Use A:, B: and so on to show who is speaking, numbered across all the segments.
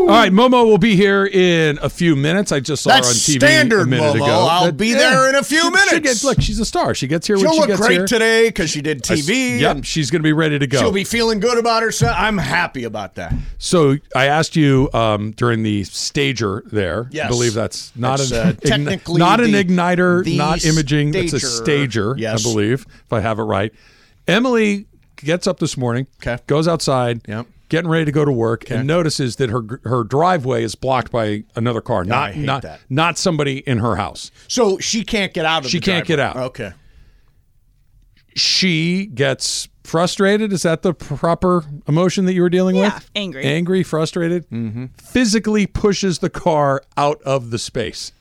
A: All right, Momo will be here in a few minutes. I just saw
B: That's
A: her on TV a
B: standard,
A: minute
B: Momo.
A: ago.
B: I'll
A: That-
B: be
A: yeah.
B: there in a few
A: She- She
B: minutes.
A: gets, look, she's a star. She gets here when
B: She'll
A: she
B: look
A: gets
B: great
A: here.
B: today because she did TV.
A: Yep,
B: and
A: she's going to be ready to go.
B: She'll be feeling good about herself. I'm happy about that.
A: so I asked you um, during the stager there.
B: Yes.
A: I believe that's not
B: It's,
A: an
B: uh, technically
A: not an
B: the-
A: igniter,
B: the
A: not imaging. It's a
B: stager.
A: stager.
B: Yes.
A: I believe if I have it right. Emily gets up this morning.
B: 'Kay.
A: Goes outside.
B: Yep.
A: Getting ready to go to work and notices that her her driveway is blocked by another car. Not
B: hate
A: not
B: that.
A: not somebody in her house.
B: So she can't get out of
A: She
B: the
A: can't get
B: driveway.
A: out.
B: Okay.
A: she gets frustrated. Is that the proper emotion that you were dealing
C: Yeah,
A: with?
C: angry.
A: Angry, frustrated. Mm-hmm. Physically pushes the car out of the space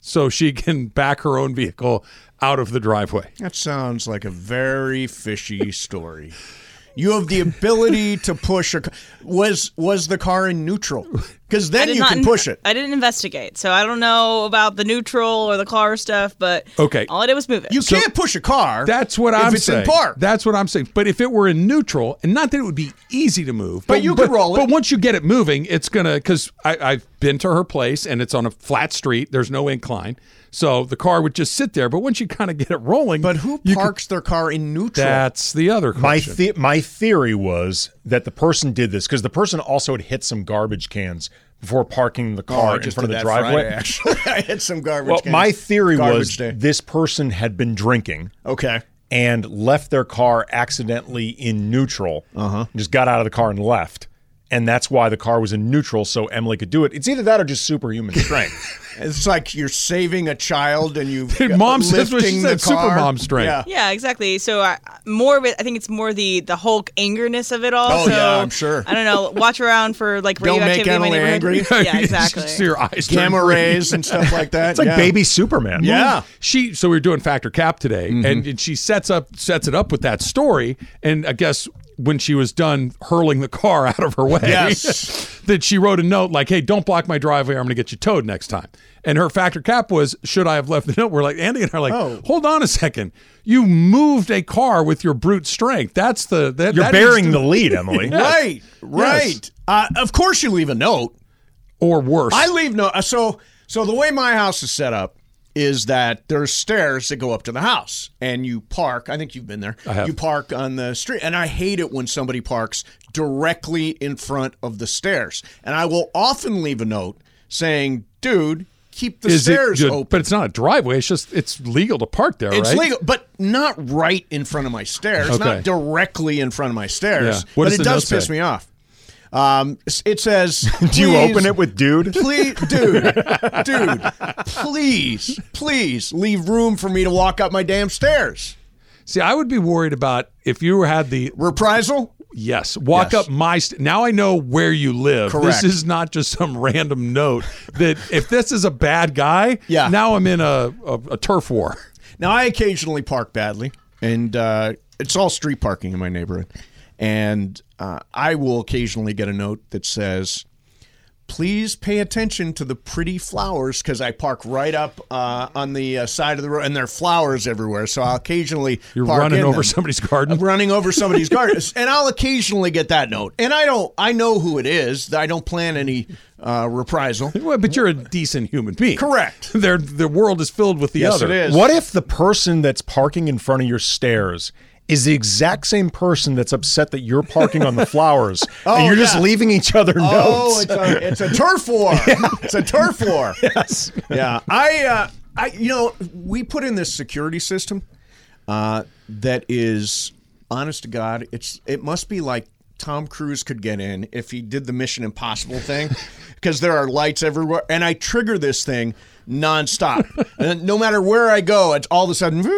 A: so she can back her own vehicle out of the driveway.
B: That sounds like a very fishy story. You have the ability to push a ca- was was the car in neutral? Because
C: I
B: then
C: did
B: you
C: not
B: can
C: in-
B: push it.
C: I didn't investigate, so I don't know about the neutral or the car stuff. But
A: Okay.
C: all I did was move it.
B: You can't push a car.
A: That's what
B: if
A: I'm
B: it's
A: saying.
B: in park.
A: That's what I'm saying. But if it were in neutral, and not that it would be easy to move,
B: But you could roll it.
A: But once you get it moving, it's gonna. Because I've been to her place, and it's on a flat street. There's no incline, so the car would just sit there. But once you kind of get it rolling,
B: but who
A: you could-
B: parks their car in neutral?
A: That's the other
D: My
A: question.
D: the- my theory was that the person did this because the person also had hit some garbage cans before parking the
B: Oh, I
D: car in
B: just
D: front of
B: did that
D: the driveway.
B: Friday, actually, I had some garbage.
D: well,
B: cans.
D: my theory was
B: Garbage day.
D: this person had been drinking
B: okay.
D: and left their car accidentally in neutral. Uh-huh. Just got out of the car and left. And that's why the car was in neutral, so Emily could do it. It's either that or just superhuman strength.
B: It's like you're saving a child and you
A: Dude, mom says what she
B: lifting
A: said,
B: the car.
A: supermom strength.
B: Yeah.
C: Yeah, exactly. So I, more of it, I think it's more the the Hulk angerness of it all.
B: Oh,
C: so,
B: yeah, I'm sure.
C: I don't know. Watch around for like
B: Don't make
C: radioactivity in my
B: Emily
C: neighborhood.
B: angry.
C: Yeah,
A: You
C: exactly.
A: just see her eyes turn
B: Gamma
A: green.
B: rays and stuff like that.
D: It's like
B: yeah.
D: baby Superman.
B: Yeah. Mm-hmm.
A: She so we were doing factor cap today, and, and she sets up sets it up with that story, and I guess when she was done hurling the car out of her way,
B: Yes.
A: that she wrote a note like, "Hey, don't block my driveway. I'm going to get you towed next time." And her factor cap was, "Should I have left the note?" We're like, Andy and I are like,
B: Oh.
A: "Hold on a second. You moved a car with your brute strength. That's the that
D: You're
A: that is
D: bearing the lead, Emily.
B: Right. Right. Uh, of course, you leave a note.
A: or worse.
B: I leave no. uh, So so the way my house is set up is that there's stairs that go up to the house, and you park. I think you've been there.
A: I have.
B: You park on the street, and I hate it when somebody parks directly in front of the stairs. And I will often leave a note saying, "Dude, keep the
A: is it
B: stairs
A: good-
B: open."
A: but it's not a driveway. It's just it's legal to park there,
B: It's
A: right?
B: legal, but not right in front of my stairs,
A: Okay.
B: not directly in front of my stairs.
A: Yeah. What
B: but
A: does
B: it
A: the
B: does
A: note
B: piss
A: say?
B: me off. Um, s- it says,
D: Do you
B: "Please-
D: open it with dude?
B: Please, dude, dude, please, please leave room for me to walk up my damn stairs.
A: See, I would be worried about if you had the
B: Reprisal?
A: Yes. Walk
B: Yes.
A: up my. St- now I know where you live.
B: Correct.
A: This is not just some random note that if this is a bad guy,
B: Yeah.
A: now I'm in a, a, a turf war.
B: Now, I occasionally park badly, and uh, it's all street parking in my neighborhood. And uh, I will occasionally get a note that says, please pay attention to the pretty flowers because I park right up uh, on the uh, side of the road, and there are flowers everywhere. So I'll occasionally
A: You're
B: park
A: running
B: in
A: over
B: them.
A: somebody's garden?
B: I'm running over somebody's garden, and I'll occasionally get that note. And I don't, I know who it is. I don't plan any uh, reprisal.
A: Well, but you're a decent human being.
B: Correct.
A: Their the world is filled with the
B: Yes,
A: other.
B: it is.
D: What if the person that's parking in front of your stairs is the exact same person that's upset that you're parking on the flowers and you're just
B: Oh, yeah.
D: leaving each other
B: Oh,
D: notes?
B: it's a, it's a turf war. It's a turf war. Yes. Yeah. I, uh, I, you know, we put in this security system uh, that is, honest to God, it's it must be like Tom Cruise could get in if he did the Mission Impossible thing, because there are lights everywhere, and I trigger this thing nonstop, and no matter where I go, it's all of a sudden.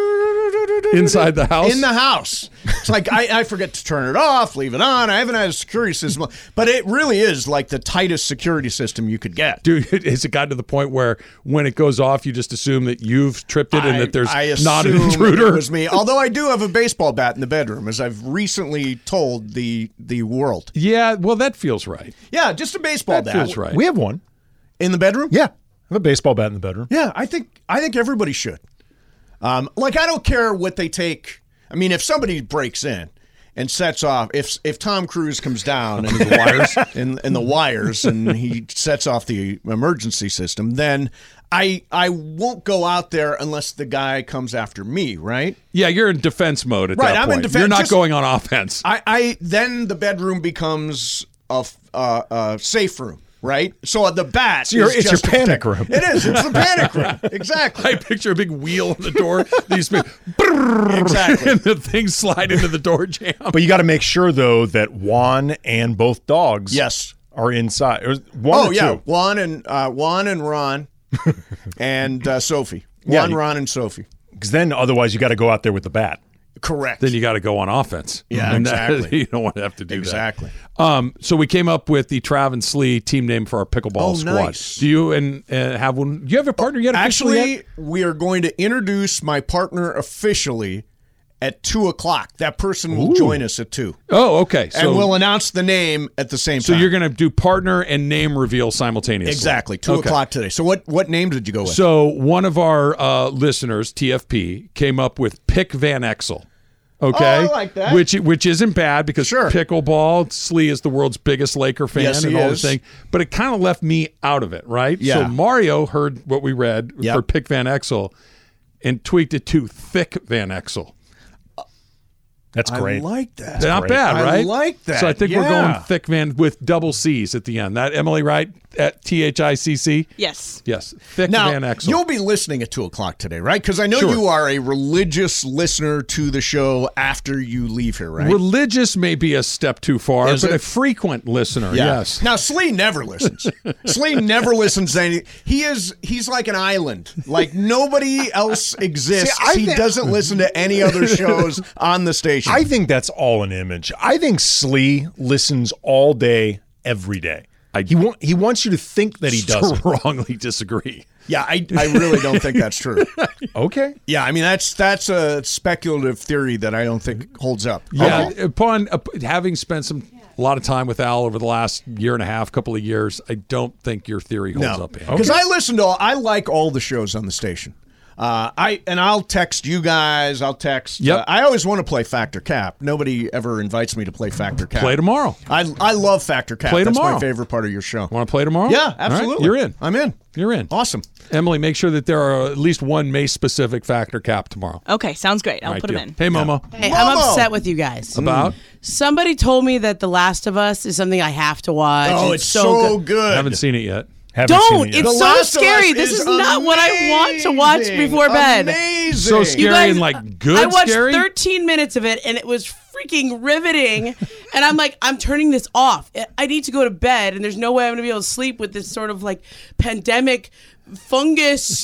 A: inside the house.
B: in the house. It's like I, I forget to turn it off, leave it on. I haven't had a security system, but it really is like the tightest security system you could get.
A: Dude, has it gotten to the point where when it goes off, you just assume that you've tripped it and that there's not an
B: assume It
A: intruder?
B: was me. Although I do have a baseball bat in the bedroom, as I've recently told the the world.
A: Yeah, well, that feels right.
B: Yeah, just a baseball
A: That
B: bat
A: feels right.
D: We have one.
B: in the bedroom.
D: Yeah. I have a baseball bat in the bedroom.
B: Yeah, I think I think everybody should. Um, like I don't care what they take. I mean, if somebody breaks in and sets off, if if Tom Cruise comes down and the wires and, and the wires and he sets off the emergency system, then I I won't go out there unless the guy comes after me, right?
A: Yeah, you're in defense mode at
B: Right,
A: that
B: I'm in
A: point.
B: defense-
A: You're not
B: just-
A: going on offense.
B: I, I then the bedroom becomes a, f- uh, a safe room, right? So the bat.
D: your-
B: is
D: it's your
B: just a
D: panic
B: protect-
D: room.
B: It is. It's the panic room. Exactly.
A: I picture a big wheel on the door. These big,
B: Exactly.
A: and the things slide into the door jam.
D: But you got to make sure though that Juan and both dogs
B: Yes.
D: are inside. Or one
B: Oh
D: or
B: yeah,
D: two.
B: Juan and uh, Juan and Ron, and uh, Sophie.
D: Yeah,
B: Juan,
D: you-
B: Ron, and Sophie.
D: Because then otherwise you got to go out there with the bat.
B: Correct.
A: Then you got to go on offense.
B: Yeah,
A: And that-
B: exactly.
A: you don't want to have to do
B: Exactly.
A: that. Um, so we came up with the Travis Lee team name for our pickleball
B: Oh,
A: squad.
B: nice.
A: Do you and uh, have one? Do you have a partner yet? officially yet?
B: Actually, we are going to introduce my partner officially at two o'clock. That person will join us at two,
A: Oh, okay. So,
B: and we'll announce the name at the same
A: so
B: time.
A: you're going to do partner and name reveal simultaneously.
B: exactly two
A: Okay.
B: o'clock today. So what what name did you go with?
A: So one of our uh, listeners, TFP, came up with Pick Van Exel. Okay,
B: Oh, I like that.
A: Which which isn't bad because
B: Sure.
A: pickleball. Slee is the world's biggest Laker fan
B: Yes, he
A: and all
B: is.
A: this thing, but it kind of left me out of it, right?
B: Yeah.
A: So Mario heard what we read
B: Yep.
A: for Pick Van Exel and tweaked it to Thick Van Exel.
D: That's great.
B: I like that.
A: Not
D: great.
A: bad,
B: I
A: right?
B: like that.
A: So I think we're
B: Yeah.
A: going Thick Van with double C's at the end. That Emily, right? At T H I C C.
C: Yes.
A: Yes, Thick
B: Now
A: Van Exel.
B: you'll be listening at two o'clock today, right? Because I know you are a religious listener to the show after you leave here, right?
A: Religious may be a step too far,
B: Is
A: but
B: it?
A: a frequent listener,
B: Yeah.
A: yes.
B: Now Slee never listens. Slee never listens to any. He is he's like an island. Like nobody else exists.
D: I
B: he
D: thi-
B: doesn't listen to any other shows on the station.
D: I think that's all an image. I think Slee listens all day, every day. he, wa- he wants you to think that he does.
A: Strongly disagree.
B: yeah, I, I really don't think that's true.
D: Okay.
B: Yeah, I mean that's that's a speculative theory that I don't think holds up.
A: Yeah,
B: Okay.
A: upon up, having spent some a lot of time with Al over the last year and a half, couple of years, I don't think your theory holds
B: No,
A: up. Andy.
B: because I listen to all. I like all the shows on the station. Uh, I and I'll text you guys. I'll text.
A: Yep.
B: uh, I always want to play Factor Cap. Nobody ever invites me to play Factor Cap.
A: Play tomorrow.
B: I I love Factor Cap.
A: Play
B: That's my
A: tomorrow.
B: favorite part of your show.
A: Want to play tomorrow? All
B: Yeah,
A: right,
B: absolutely.
A: You're in.
B: I'm in.
A: You're in.
B: Awesome.
A: Emily, make sure that there are at least one May specific factor cap tomorrow.
C: Okay, sounds great. I'll
A: All right,
C: put them
A: deal.
C: in.
A: Hey, Momo.
E: Hey, I'm
B: Momo!
E: upset with you guys.
A: About
E: Somebody told me that The Last of Us is something I have to watch.
B: Oh, it's, so good.
A: haven't seen it yet.
D: Haven't
E: Don't.
D: seen it yet.
E: It's
B: The
E: so
B: Last of Us
E: scary. This is, not what I want to watch
B: amazing.
E: before bed.
B: Amazing.
A: So scary
E: You guys-
A: and like good
E: I watched
A: scary.
E: 13 minutes of it and it was freaking riveting. and I'm like, I'm turning this off. I need to go to bed, and there's no way I'm going to be able to sleep with this sort of like pandemic fungus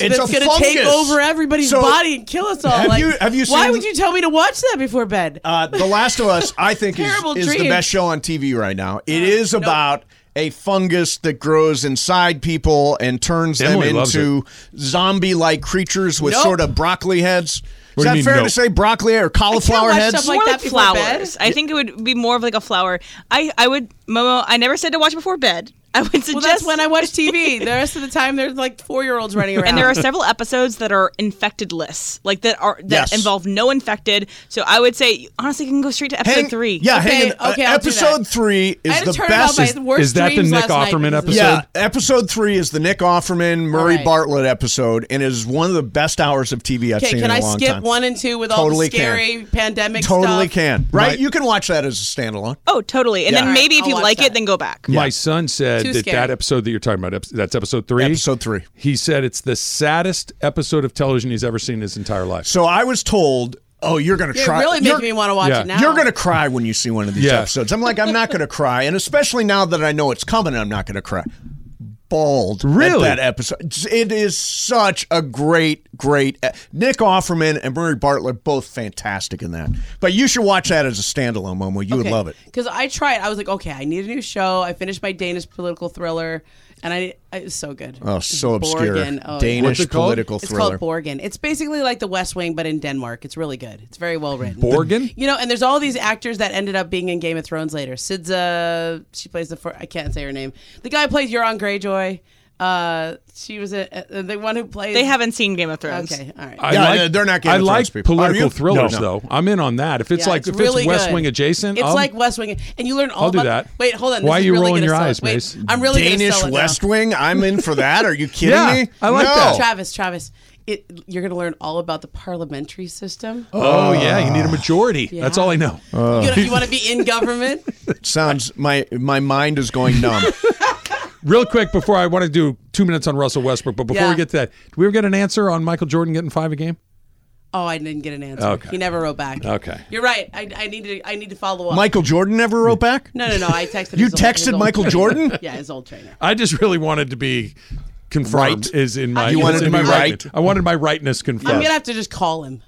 B: It's
E: that's
B: a
E: going to take
B: fungus.
E: over everybody's
B: So-
E: body and kill us all.
B: Have
E: like,
B: you- have you
E: why
B: seen-
E: would you tell me to watch that before bed?
B: Uh, the Last of Us, I think, is,
E: Terrible Uh,
B: is the
E: dreams.
B: best show on TV right now. It is about a fungus that grows inside people and turns
A: Emily
B: them
A: loves
B: into zombie-like creatures with
E: Nope.
B: sort of broccoli heads. Is
A: What do you
B: that
A: mean,
B: fair to
A: nope?
B: say broccoli or cauliflower
E: watch
B: heads?
E: stuff like
C: more
E: that
C: like
E: before
C: flowers.
E: bed.
C: I think it would be more of like a flower. I, I would Momo. I never said to watch before bed. I would suggest
E: Well, that's when I watch TV. The rest of the time, there's like four year olds running around.
C: And there are several episodes that are infected lists, like that are that
B: Yes.
C: involve no infected. So I would say honestly, you can go straight to episode
B: Hang-
C: three.
B: Yeah,
E: Okay,
B: hang in.
E: okay,
B: uh,
E: I'll do that.
B: episode three
E: I
B: is
E: had to
B: the
E: turn
B: best.
E: it off. I had worst
A: Is that the
E: dreams
A: Nick
E: last night
A: Offerman
E: because of
A: episode?
E: this.
B: Yeah, episode three is the Nick Offerman, Murray
E: All right.
B: Bartlett episode, and is one of the best hours of TV I've
E: Okay,
B: seen
E: can
B: in a
E: I
B: long
E: skip
B: time.
E: one and two with
B: Totally
E: all the scary
B: can.
E: pandemic
B: Totally
E: stuff?
B: can. Right?
A: My-
B: You can watch that as a standalone.
C: Oh, totally. And
B: Yeah.
C: then maybe if
E: I'll
C: you
E: watch
C: like it,
E: that.
C: then go back.
A: My son said
E: Too
A: that
E: scary.
A: that episode that you're talking about, ep- that's episode three.
B: Episode three.
A: He said it's the saddest episode of television he's ever seen in his entire life.
B: So I was told, oh, you're going to
E: It
B: try.
E: really
B: you're-
E: makes me want to watch
A: yeah.
E: it now.
B: You're going to cry when you see one of these
A: Yeah.
B: episodes. I'm like, I'm not going to cry. And especially now that I know it's coming, I'm not going to cry. bald. at
A: Really?
B: that episode. It is such a great, great. e-, Nick Offerman and Murray Bartlett both fantastic in that. But you should watch that as a standalone, Momo. You would love it.
E: Because I tried. I was like, okay, I need a new show. I finished my Danish political thriller, and I, I it was so good.
B: Oh, so obscure.
E: Borgen. Oh, yeah.
B: Danish
A: What's it called?
B: political
E: It's
B: thriller.
E: called Borgen. It's basically like The West Wing, but in Denmark. It's really good. It's very well written.
A: Borgen?
E: You know, and there's all these actors that ended up being in Game of Thrones later. Sidza, she plays the fir- I can't say her name. The guy who plays Euron Greyjoy. Uh, she was a, uh, the one who plays.
C: They haven't seen Game of Thrones.
E: Okay, all right.
A: I
B: Yeah,
A: like,
B: they're not Game
A: I
B: of Thrones
A: like
B: people. Are
A: political
B: you?
A: thrillers,
D: No.
A: though. I'm in on that. If it's
E: Yeah,
A: like if it's West
E: good.
A: Wing adjacent, um,
E: It's
A: I'll-
E: like West Wing, and you learn all.
A: I'll do
E: about,
A: that.
E: Wait, hold on.
A: Why
E: this
A: are
E: is
A: you
E: really
A: rolling
E: gonna
A: your
E: sell it.
A: eyes,
E: Wait,
A: Mace?
E: I'm really gonna
B: Danish
E: sell it now.
B: West Wing. I'm in for that. Are you kidding
A: Yeah,
B: me?
A: I like
B: no.
A: that.
E: Travis, Travis, it, you're going to learn all about the parliamentary system.
A: oh yeah, you need a majority. That's all I know.
E: You, gonna- you want to be in government?
B: Sounds my my mind is going numb.
A: Real quick before I want to do two minutes on Russell Westbrook, but before
E: Yeah.
A: we get to that, do we ever get an answer on Michael Jordan getting five a game?
E: Oh, I didn't get an answer.
A: Okay.
E: He never wrote back.
A: Okay.
E: You're right. I, I need to. I need to follow up.
B: Michael Jordan never wrote back.
E: No, no, no. I texted.
B: You
E: his old- his
B: texted
E: old
B: Michael
E: trainer.
B: Jordan?
E: Yeah, his old trainer.
A: I just really wanted to be confirmed.
B: Right.
A: Is in my
B: You
A: is
B: wanted
A: in
B: to
A: my
B: be right.
A: I wanted my rightness confirmed.
E: I'm gonna have to just call him.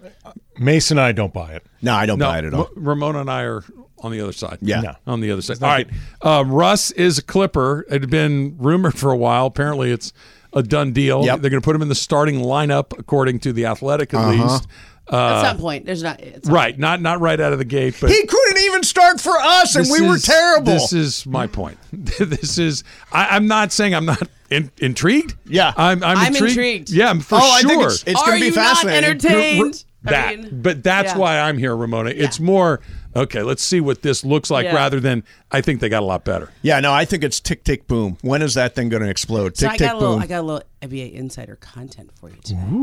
D: Mace and I don't buy it.
B: No, I don't buy it at all.
A: Mo- Ramona and I are on the other side.
B: Yeah.
D: No.
A: on the other side. All right, um, Russ is a Clipper. It had been rumored for a while. Apparently, it's a done deal.
B: Yep.
A: They're going to put him in the starting lineup, according to the Athletic, at
B: Uh-huh.
A: least. Uh,
E: At some point, there's not. It's
A: Right, not not right out of the gate, but
B: He couldn't even start for us, and
A: This
B: we were
A: is-
B: terrible.
A: This is my point. this is. I, I'm not saying I'm not in, intrigued.
B: Yeah.
A: I'm. I'm,
E: I'm
A: intrigued.
E: intrigued.
A: Yeah, I'm for
B: oh,
A: sure.
B: I think it's, it's
E: Are
B: going to be
E: you
B: fascinating.
E: not entertained? I
A: that,
E: mean,
A: but that's
E: yeah.
A: why I'm here, Ramona. It's more okay. Let's see what this looks like,
E: Yeah.
A: rather than I think they got a lot better.
B: yeah, no, I think it's tick tick boom. When is that thing going to explode?
E: So
B: Tick
E: I
B: tick
E: got a little.
B: boom.
E: I got a little NBA insider content for you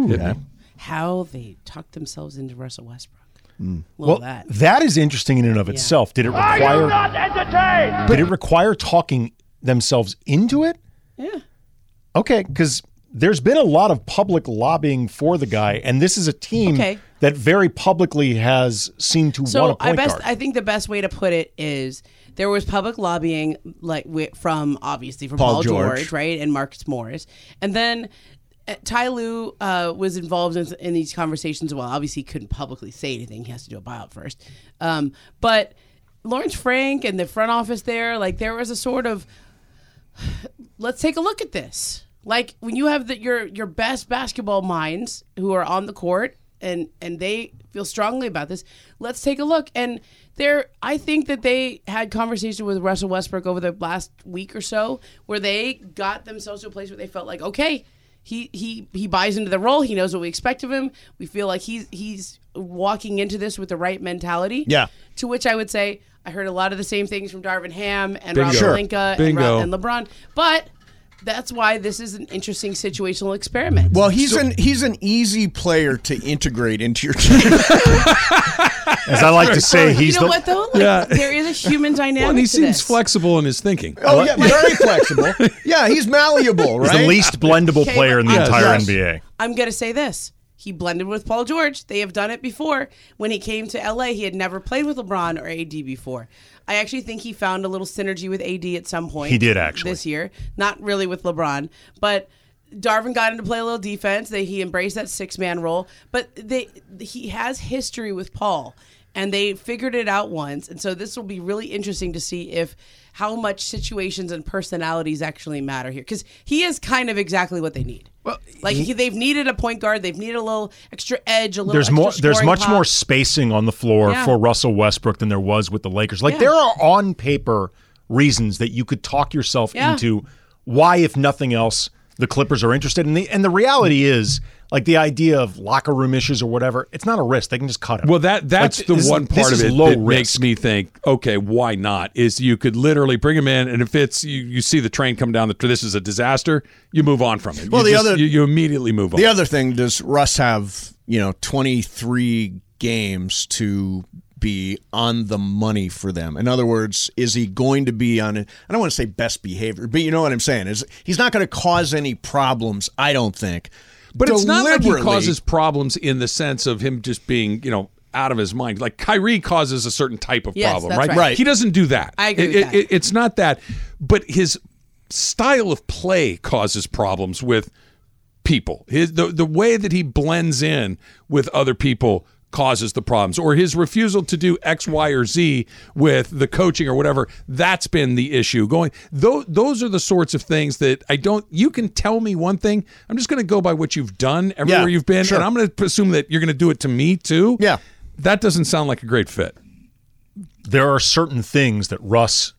E: today. How they talked themselves into Russell Westbrook. Little
D: Well,
E: that.
D: that is interesting in and of itself. Did it require? Did it require talking themselves into it?
E: Yeah.
D: Okay, because there's been a lot of public lobbying for the guy, and this is a team
E: Okay.
D: that very publicly has seemed to want
E: So
D: a point
E: I best
D: guard.
E: I think the best way to put it is there was public lobbying like wi- from obviously from
B: Paul
E: Paul,
B: George.
E: George. right and Marcus Morris and then uh, Ty Lue uh, was involved in, in these conversations. Well, obviously he couldn't publicly say anything; he has to do a buyout first. Um, but Lawrence Frank and the front office there, like there was a sort of let's take a look at this. Like when you have the, your your best basketball minds who are on the court and and they feel strongly about this, let's take a look. And there, I think that they had conversation with Russell Westbrook over the last week or so, where they got themselves to a place where they felt like, okay, he he he buys into the role. He knows what we expect of him. We feel like he's he's walking into this with the right mentality.
B: Yeah.
E: To which I would say. I heard a lot of the same things from Darvin Ham and Rob
A: Sure.
E: Pelinka and,
A: Bingo.
E: Rob, and LeBron. But that's why this is an interesting situational experiment.
B: Well, he's an he's an easy player to integrate into your team.
D: As I like to say, he's
E: you know
D: the
E: what though? Like,
A: Yeah.
E: there is a human dynamic.
A: Well, and he
E: to
A: seems
E: this.
A: flexible in his thinking.
B: oh yeah, very flexible. Yeah, he's malleable,
D: he's
B: right?
D: the least blendable
E: Okay,
D: player in the
E: but-
D: entire
E: Yes.
D: NBA.
E: I'm gonna say this. He blended with Paul George. They have done it before. When he came to LA, he had never played with LeBron or AD before. I actually think he found a little synergy with AD at some point.
D: He did, actually.
E: this year, not really with LeBron, but Darvin got him to play a little defense. They, he embraced that six man role, but they he has history with Paul, and they figured it out once. And so this will be really interesting to see if how much situations and personalities actually matter here, because he is kind of exactly what they need. Well, like he, they've needed a point guard, they've needed a little extra edge, a little.
D: There's
E: extra
D: more. There's
E: scoring
D: much
E: pop.
D: more spacing on the floor
E: Yeah.
D: for Russell Westbrook than there was with the Lakers. Like there are on paper reasons that you could talk yourself
E: Yeah.
D: into why, if nothing else, the Clippers are interested. And the and the reality is, like the idea of locker room issues or whatever, it's not a risk. They can just cut it.
A: Well, that that's
D: Like,
A: the
D: this is-
A: one
D: this
A: part
D: is
A: of it
D: low
A: that
D: risk.
A: makes me think, okay, why not? Is you could literally bring him in, and if it's you, you see the train come down the, tr- this is a disaster. You move on from it.
B: Well, the
A: You just-
B: other-
A: you, you immediately move on.
B: The other thing does Russ have, you know, 23 games to be on the money for them. In other words, is he going to be on I don't want to say best behavior, but you know what I'm saying? Is he's not going to cause any problems, I don't think.
A: But it's not like he
B: Deliberately-
A: causes problems in the sense of him just being, you know, out of his mind. Like Kyrie causes a certain type of
E: Yes,
A: problem,
E: that's
A: right?
E: right. Right.
A: He doesn't do that.
E: I agree
A: It-
E: with
A: it-
E: that.
A: it- it's not that, but his style of play causes problems with people. His, the, the way that he blends in with other people causes the problems, or his refusal to do X, Y, or Z with the coaching or whatever. That's been the issue. Going those those are the sorts of things that I don't. You can tell me one thing. I'm just going to go by what you've done everywhere you've been,
B: sure.
A: and I'm going to assume that you're going to do it to me too.
B: Yeah.
A: that doesn't sound like a great fit.
D: there are certain things that Russ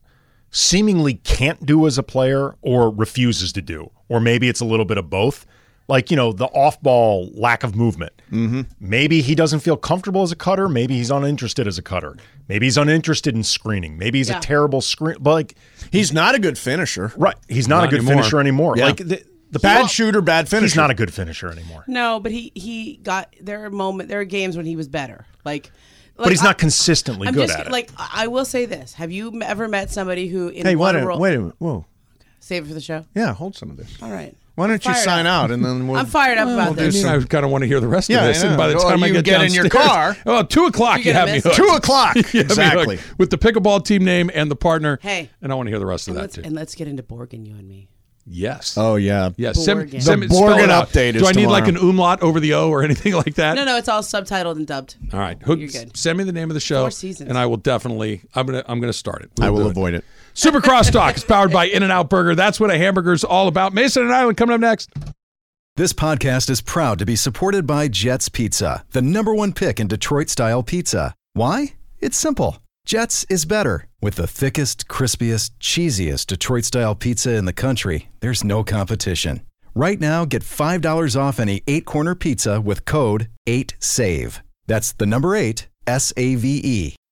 D: seemingly can't do as a player or refuses to do, or maybe it's a little bit of both. Like, you know, the off ball lack of movement. Mm-hmm. Maybe he doesn't feel comfortable as a cutter. Maybe he's uninterested as a cutter. Maybe he's uninterested in screening. Maybe he's a terrible screen. But, like,
B: He's not a good finisher.
D: right. He's not,
A: Not
D: a good
A: anymore.
D: finisher anymore.
B: Yeah.
D: Like, the, the
B: Bad
D: pro-
B: shooter, bad finisher.
D: He's not a good finisher anymore.
E: No, but he he got there are moment there are games when he was better. Like,
D: But he's not consistently
E: I'm
D: good
E: just
D: at it.
E: like I I will say this: Have you m- ever met somebody who in
B: Hey, wait
E: one
B: a,
E: role?
B: wait a minute. Whoa.
E: Save it for the show.
B: Yeah, hold some of this.
E: All right,
B: Why don't you
E: Fired
B: sign out and then we'll.
E: I'm fired up about
A: I
E: this.
A: mean, I kind of want to hear the rest
B: Yeah,
A: of this.
B: I
A: And by the
B: know.
A: time
B: Well,
A: I
B: you
A: get,
B: get in your car.
A: downstairs- well, two o'clock, you
E: You're
A: have
E: gonna
A: me
E: miss
A: hooked.
B: Two o'clock.
A: You have me hooked
B: exactly.
A: with the pickleball team name and the partner.
E: Hey.
A: and I want to hear the rest of
E: And
A: that
E: let's,
A: too.
E: and let's get into Borg and you and me.
A: Yes.
B: Oh yeah.
A: Yes. Sim,
E: Borgen.
A: sim,
B: The
A: spell it
B: Borgen
A: out.
B: update is
A: Do I need like an
B: tomorrow.
A: umlaut over the O or anything like that?
E: No, no, it's all subtitled and dubbed.
A: All right. Hook,
E: You're good.
A: Send me the name of the show,
E: Four seasons.
A: and I will definitely. I'm gonna. I'm gonna start it.
B: I will
A: do
B: avoid it.
A: Super Crosstalk is powered by In and Out Burger. That's what a hamburger's all about. Mason and Island coming up next.
F: This podcast is proud to be supported by Jets Pizza, the number one pick in Detroit style pizza. Why? It's simple. Jets is better. With the thickest, crispiest, cheesiest Detroit style pizza in the country, there's no competition. Right now, get $5 off any eight corner pizza with code 8SAVE. That's the number eight, S A V E.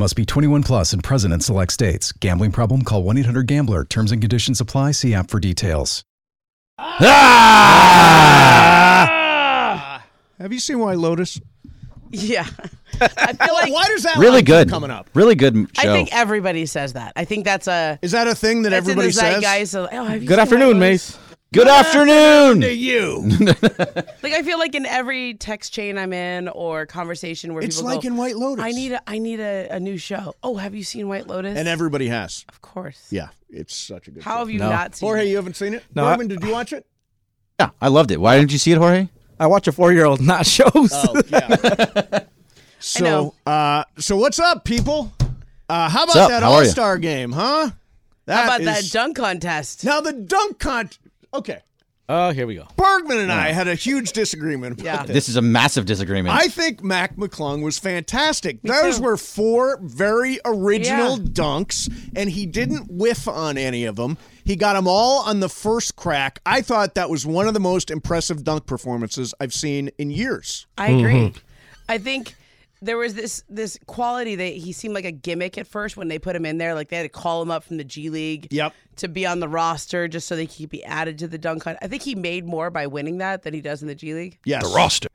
F: Must be 21 plus and present in select states. Gambling problem? Call 1 800 Gambler. Terms and conditions apply. See app for details.
B: Ah! Have you seen Why Lotus?
E: Yeah, I feel like
B: Why does that
G: really
B: line keep
G: good.
B: coming up?
G: Really good m-
E: I
G: show.
E: think everybody says that. I think that's a
B: Is that a thing that
E: that's
B: everybody
E: in the
B: says?
E: zeitgeist of, oh, have you
G: good
E: seen
G: afternoon,
E: that one?
G: Mace. Good afternoon.
B: You.
E: Like I feel like in every text chain I'm in or conversation where
B: It's
E: people
B: like
E: go,
B: in White Lotus.
E: I need a I need a, a new show. Oh, have you seen White Lotus?
B: And everybody has.
E: of course.
B: Yeah, it's such a good.
E: How
B: show.
E: have you
G: No.
E: not seen?
B: Jorge,
E: it?
B: you haven't seen it?
G: No,
B: Norman, did you watch it?
G: Yeah, I loved it. Why didn't you see it, Jorge? I watch a four-year-old, not shows.
B: Oh, So, uh, so what's up, people? Uh, how about
G: up?
B: that
G: How are
B: All
G: you?
B: Star game, huh? That
E: How about
B: is-
E: that dunk contest?
B: Now the dunk cont. Okay,
G: Oh, here we go.
B: Bergman and I had a huge disagreement. About
E: Yeah.
B: this.
G: This is a massive disagreement.
B: I think Mac McClung was fantastic. Those were four very original
E: Yeah.
B: dunks, and he didn't whiff on any of them. He got them all on the first crack. I thought that was one of the most impressive dunk performances I've seen in years.
E: I agree.
G: Mm-hmm.
E: I think there was this this quality that he seemed like a gimmick at first when they put him in there. Like they had to call him up from the G League.
B: Yep.
E: To be on the roster just so they could be added to the dunk contest. I think he made more by winning that than he does in the G League.
B: Yes. The roster.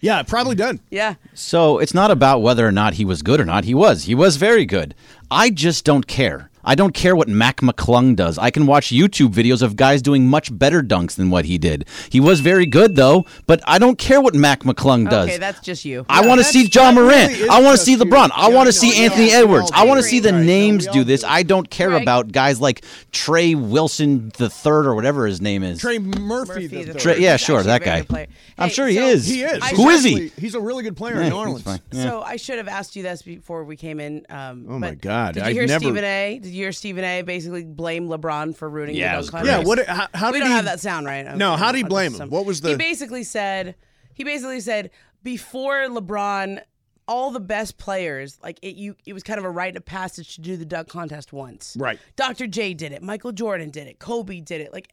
B: yeah, probably done.
E: Yeah.
G: So it's not about whether or not he was good or not. He was. He was very good. I just don't care. I don't care what Mac McClung does. I can watch YouTube videos of guys doing much better dunks than what he did. He was very good though, but I don't care what Mac McClung does.
E: Okay, that's just you.
G: I want to
B: that's-
G: see John
B: that
G: Morant.
B: really is
G: I want
B: just
G: to see
B: you.
G: LeBron. I
B: Yeah, I
G: want to see
B: know.
G: Anthony
B: Yeah, we all
G: Edwards. I
B: do.
G: want to see the
B: Right. No,
G: names
B: we all
G: do this.
B: do.
G: I don't care
E: Right.
G: about guys like Trey Wilson the third or whatever his name is.
B: Trey Murphy.
E: Murphy,
B: the
E: the
B: third.
G: Trey-
E: He's
G: yeah, sure,
E: actually a
G: that
E: very
G: guy.
E: good player.
G: I'm
E: Hey,
G: sure he
E: so-
G: is.
B: He is.
G: Who
B: He's
G: is he?
B: actually- He's a really good player
G: Yeah,
B: in New
G: he's
B: Orleans.
G: fine.
E: So I should have asked you this before we came in. Um,
B: Oh my
E: but
B: God,
E: Did you
B: I've
E: hear
B: never-
E: Stephen A? Did you hear Stephen A? Basically blame LeBron for ruining
G: Yeah, it
E: the
G: was
E: dunk contest.
B: Yeah, what? How, how
E: we
B: did
E: don't
B: he,
E: have that sound right.
B: No,
E: Okay,
B: how do you
E: I'll
B: blame
E: just-
B: him? What was the-
E: He basically said. He basically said before LeBron all the best players. Like it, you, it was kind of a rite of passage to do the dunk contest once.
B: Right.
E: Dr. J did it. Michael Jordan did it. Kobe did it. Like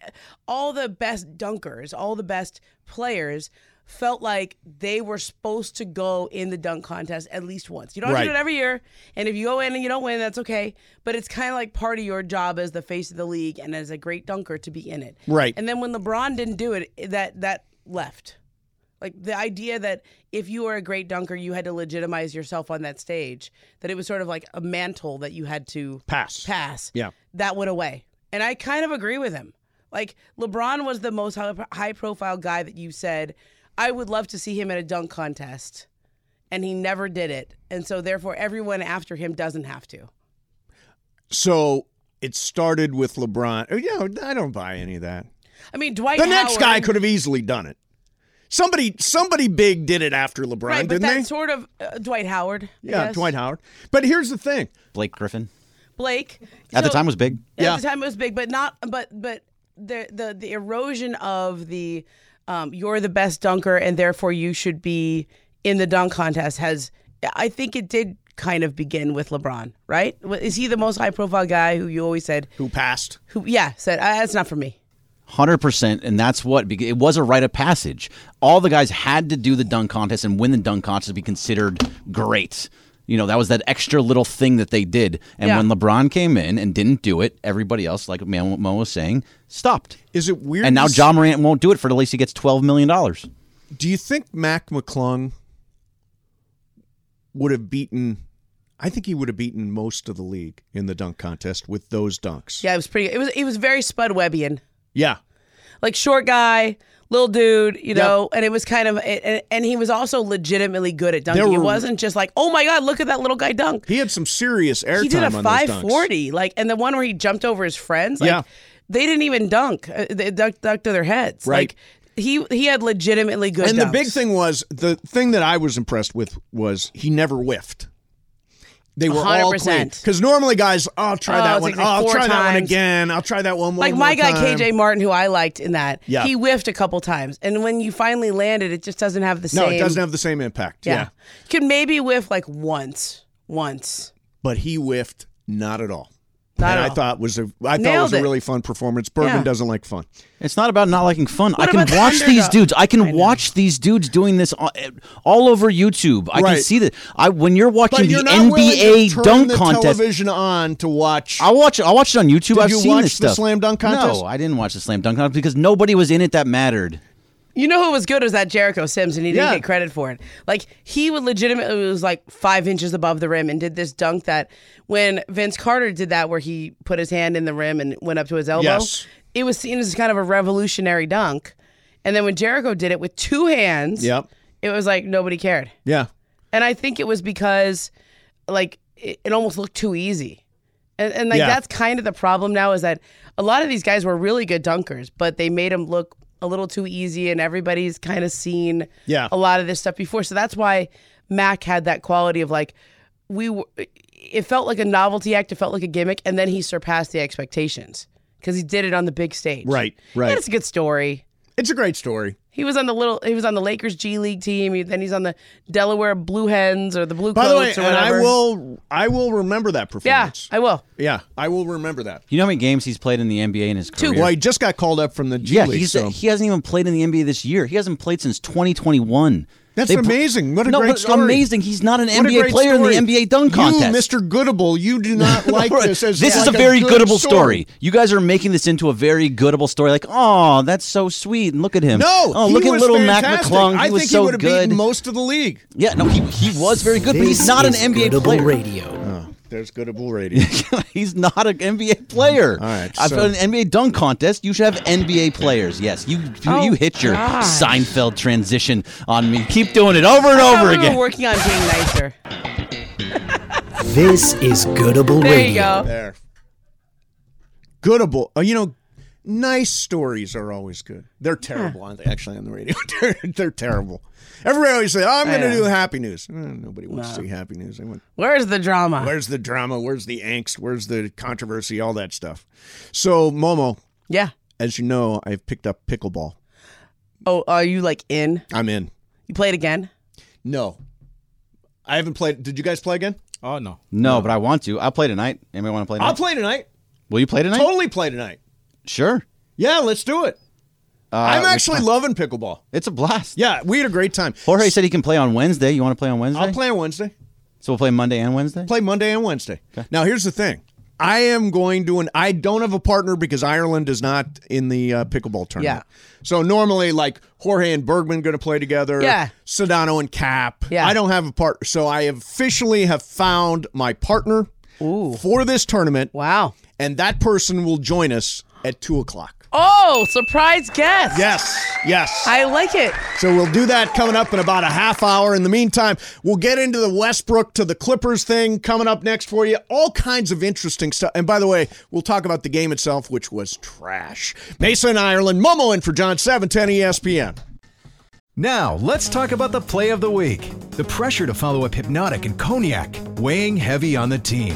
E: all the best dunkers, all the best players felt like they were supposed to go in the dunk contest at least once. You don't have to do
B: Right.
E: it every year. And if you go in and you don't win, that's okay. But it's kind of like part of your job as the face of the league and as a great dunker to be in it.
B: Right.
E: And then when LeBron didn't do it, that that left. Like the idea that if you were a great dunker, you had to legitimize yourself on that stage, that it was sort of like a mantle that you had to
B: Pass.
E: Pass.
B: Yeah.
E: That went away. And I kind of agree with him. Like LeBron was the most high profile guy that you said, I would love to see him at a dunk contest. And he never did it. And so therefore everyone after him doesn't have to.
B: So it started with LeBron. Oh, You know, I don't buy any of that.
E: I mean Dwight
B: The next guy
E: Howard-
B: could have easily done it. Somebody, somebody big did it after LeBron,
E: Right, but
B: didn't
E: that's
B: they?
E: sort of uh, Dwight Howard. I
B: yeah,
E: guess.
B: Dwight Howard. But here's the thing.
G: Blake Griffin
E: Blake.
G: at the
E: So-
G: time was big.
E: At
B: Yeah.
E: the time it was big, but not but but the the the erosion of the um, you're the best dunker and therefore you should be in the dunk contest has I think it did kind of begin with LeBron, right? Wa- Is he the most high profile guy who you always said
B: Who passed?
E: who yeah, said "Ah, that's not for me.
G: Hundred percent, and that's what beca- it was a rite of passage. All the guys had to do the dunk contest and win the dunk contest to be considered great. You know, that was that extra little thing that they did. And
E: Yeah.
G: when LeBron came in and didn't do it, everybody else, like Mo Mo was saying, stopped.
B: Is it weird?
G: And now
B: to s-
G: John Morant won't do it for at least he gets twelve million dollars.
B: Do you think Mac McClung would have beaten? I think he would have beaten most of the league in the dunk contest with those dunks.
E: Yeah, it was pretty it was it was very Spud Webbian.
B: Yeah.
E: Like short guy, little dude, you know, and it was kind of and, and he was also legitimately good at dunking.
B: There
E: He
B: were-
E: wasn't just like, "Oh my god, look at that little guy dunk."
B: He had some serious airtime
E: he did a
B: on those dunks.
E: 540 like and the one where he jumped over his friends like
B: Yeah.
E: they didn't even dunk Uh, they dunked, dunked to their heads
B: Right.
E: like he he had legitimately good
B: And
E: dunks.
B: the big thing was the thing that I was impressed with was he never whiffed. They were all clean
E: 100%.
B: because normally guys, I'll try
E: Oh,
B: that
E: it
B: one.
E: takes like
B: "Oh, I'll
E: four
B: try that one
E: times."
B: again. I'll try that one more.
E: like
B: more
E: my guy
B: time."
E: KJ Martin, who I liked in that,
B: Yeah.
E: he whiffed a couple times, and when you finally landed, it just doesn't have the
B: No,
E: same.
B: it doesn't have the same impact. Yeah.
E: yeah, you could maybe whiff like once, once.
B: but he whiffed not at all.
E: Not
B: and
E: at
B: I
E: all.
B: thought was a I thought it was
E: Nailed
B: a
E: it.
B: really fun performance. Bergman
E: Yeah.
B: doesn't like fun.
G: It's not about not liking fun. I can
E: about the
G: watch these
E: underdog?
G: dudes. I can watch these dudes doing this all, all over YouTube. I
B: Right.
G: can see that. I when you're watching
B: But
G: the
B: you're not willing to
G: NBA
B: turn
G: dunk
B: the
G: contest,
B: television on to watch.
G: I'll watch it. I'll watch it on YouTube.
B: Did
G: I've
B: you
G: seen
B: watch
G: this
B: the
G: stuff.
B: slam dunk contest?
G: No, I didn't watch the slam dunk contest because nobody was in it that mattered.
E: You know who was good was that Jericho Sims, and he didn't
B: Yeah.
E: get credit for it. Like he would legitimately was like five inches above the rim and did this dunk that when Vince Carter did that, where he put his hand in the rim and went up to his elbow.
B: Yes.
E: It was seen as kind of a revolutionary dunk, and then when Jericho did it with two hands,
B: Yep.
E: it was like nobody cared,
B: Yeah.
E: and I think it was because like it, it almost looked too easy. And, and like
B: Yeah.
E: that's kind of the problem now is that a lot of these guys were really good dunkers, but they made them look a little too easy, and everybody's kind of seen
B: Yeah.
E: a lot of this stuff before. So that's why Mac had that quality of like we were, it felt like a novelty act, it felt like a gimmick, and then he surpassed the expectations because he did it on the big stage.
B: Right, right.
E: And it's a good story.
B: It's a great story.
E: He was on the little. He was on the Lakers G League team. he- Then he's on the Delaware Blue Hens or the Blue
B: By the way,
E: Coats or
B: and
E: whatever.
B: I will I will remember that
E: Yeah,
B: performance.
E: I will.
B: Yeah, I will remember that.
G: You know how many games he's played in the NBA in his career?
B: Well, he just got called up from the G
G: yeah,
B: League.
G: he's
B: so.
G: he hasn't even played in the NBA this year. He hasn't played since 2021.
B: That's
G: br-
B: amazing. What a
G: no,
B: great
G: but
B: story.
G: Amazing. He's not an
B: What a
G: NBA
B: great
G: player
B: story.
G: in the NBA dunk
B: you,
G: contest.
B: Mr. Goodable, you do not like this. As
G: This is
B: like
G: a very
B: good
G: goodable story. You guys are making this into a very goodable story. Like, oh, that's so sweet, and look at him.
B: No,
G: oh,
B: he
G: look at
B: was
G: little Mac
B: fantastic.
G: McClung. He
B: I
G: was
B: think
G: so
B: he would have
G: good.
B: beaten most of the league.
G: yeah, no, he, he was very good, but he's not an NBA player.
H: Radio.
B: There's Goodable Radio.
G: he's not an NBA player. All
B: right,
G: I've
B: so-
G: done an NBA dunk contest. You should have NBA players. Yes, you you,
B: Oh.
G: you hit your Seinfeld transition on me. Keep doing it over and
E: I thought
G: over
E: we were
G: again.
E: working on being nicer.
H: This is Goodable
E: There
H: Radio.
E: you go.
B: there. Goodable. Oh, you know, nice stories are always good. They're terrible, aren't they? Actually, on the radio, they're, they're terrible. Everybody always say, oh, "I'm going to
E: know.
B: do happy news." Eh, nobody wants to see happy news. They want,
E: Where's the drama?
B: where's the drama? Where's the angst? Where's the controversy? All that stuff. So, Momo,
E: yeah.
B: as you know, I've picked up pickleball.
E: Oh, are you like in?
B: I'm in.
E: You played again?
B: No. I haven't played. Did you guys play again?
H: Oh no.
G: No, but I want to. I'll play tonight. Anybody want to play tonight?
B: I'll play tonight.
G: Will you play tonight?
B: Totally play tonight.
G: Sure.
B: Yeah, let's do it. I'm actually loving pickleball.
G: It's a blast.
B: Uh, Yeah, we had a great time.
G: Jorge said he can play on Wednesday. You want to play on Wednesday?
B: I'll play on Wednesday.
G: So we'll play Monday and Wednesday?
B: Play Monday and Wednesday. Now here's the thing. I am going to an I don't have a partner because Ireland is not in the uh, pickleball tournament.
E: Yeah.
B: So normally like Jorge and Bergman going to play together.
E: Yeah.
B: Sedano and Cap.
E: Yeah.
B: I don't have a partner. So I officially have found my partner for this tournament
E: Wow.
B: and that person will join us at two o'clock.
E: Oh, surprise guest.
B: Yes. Yes.
E: I like it.
B: So we'll do that coming up in about a half hour. In the meantime, we'll get into the Westbrook to the Clippers thing coming up next for you. All kinds of interesting stuff. And by the way, we'll talk about the game itself, which was trash. Mason Ireland, Momo in for John E 710 ESPN.
F: Now, let's talk about the play of the week. The pressure to follow up Hypnotic and Cognac, weighing heavy on the team.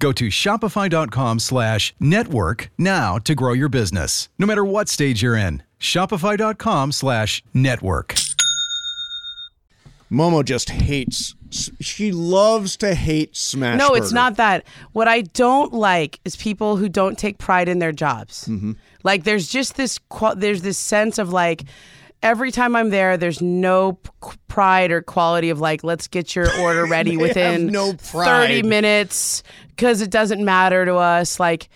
F: Go to shopify.com slash network now to grow your business, no matter what stage you're in. Shopify.com slash network.
B: Momo just hates, she loves to hate Smash.
E: No, it's
B: Burger.
E: not that. What I don't like is people who don't take pride in their jobs.
B: Mm-hmm.
E: Like there's just this qual- there's this sense of like every time I'm there there's no p- pride or quality of like let's get your order ready within
B: no
E: 30
B: pride.
E: minutes cuz it doesn't matter to us like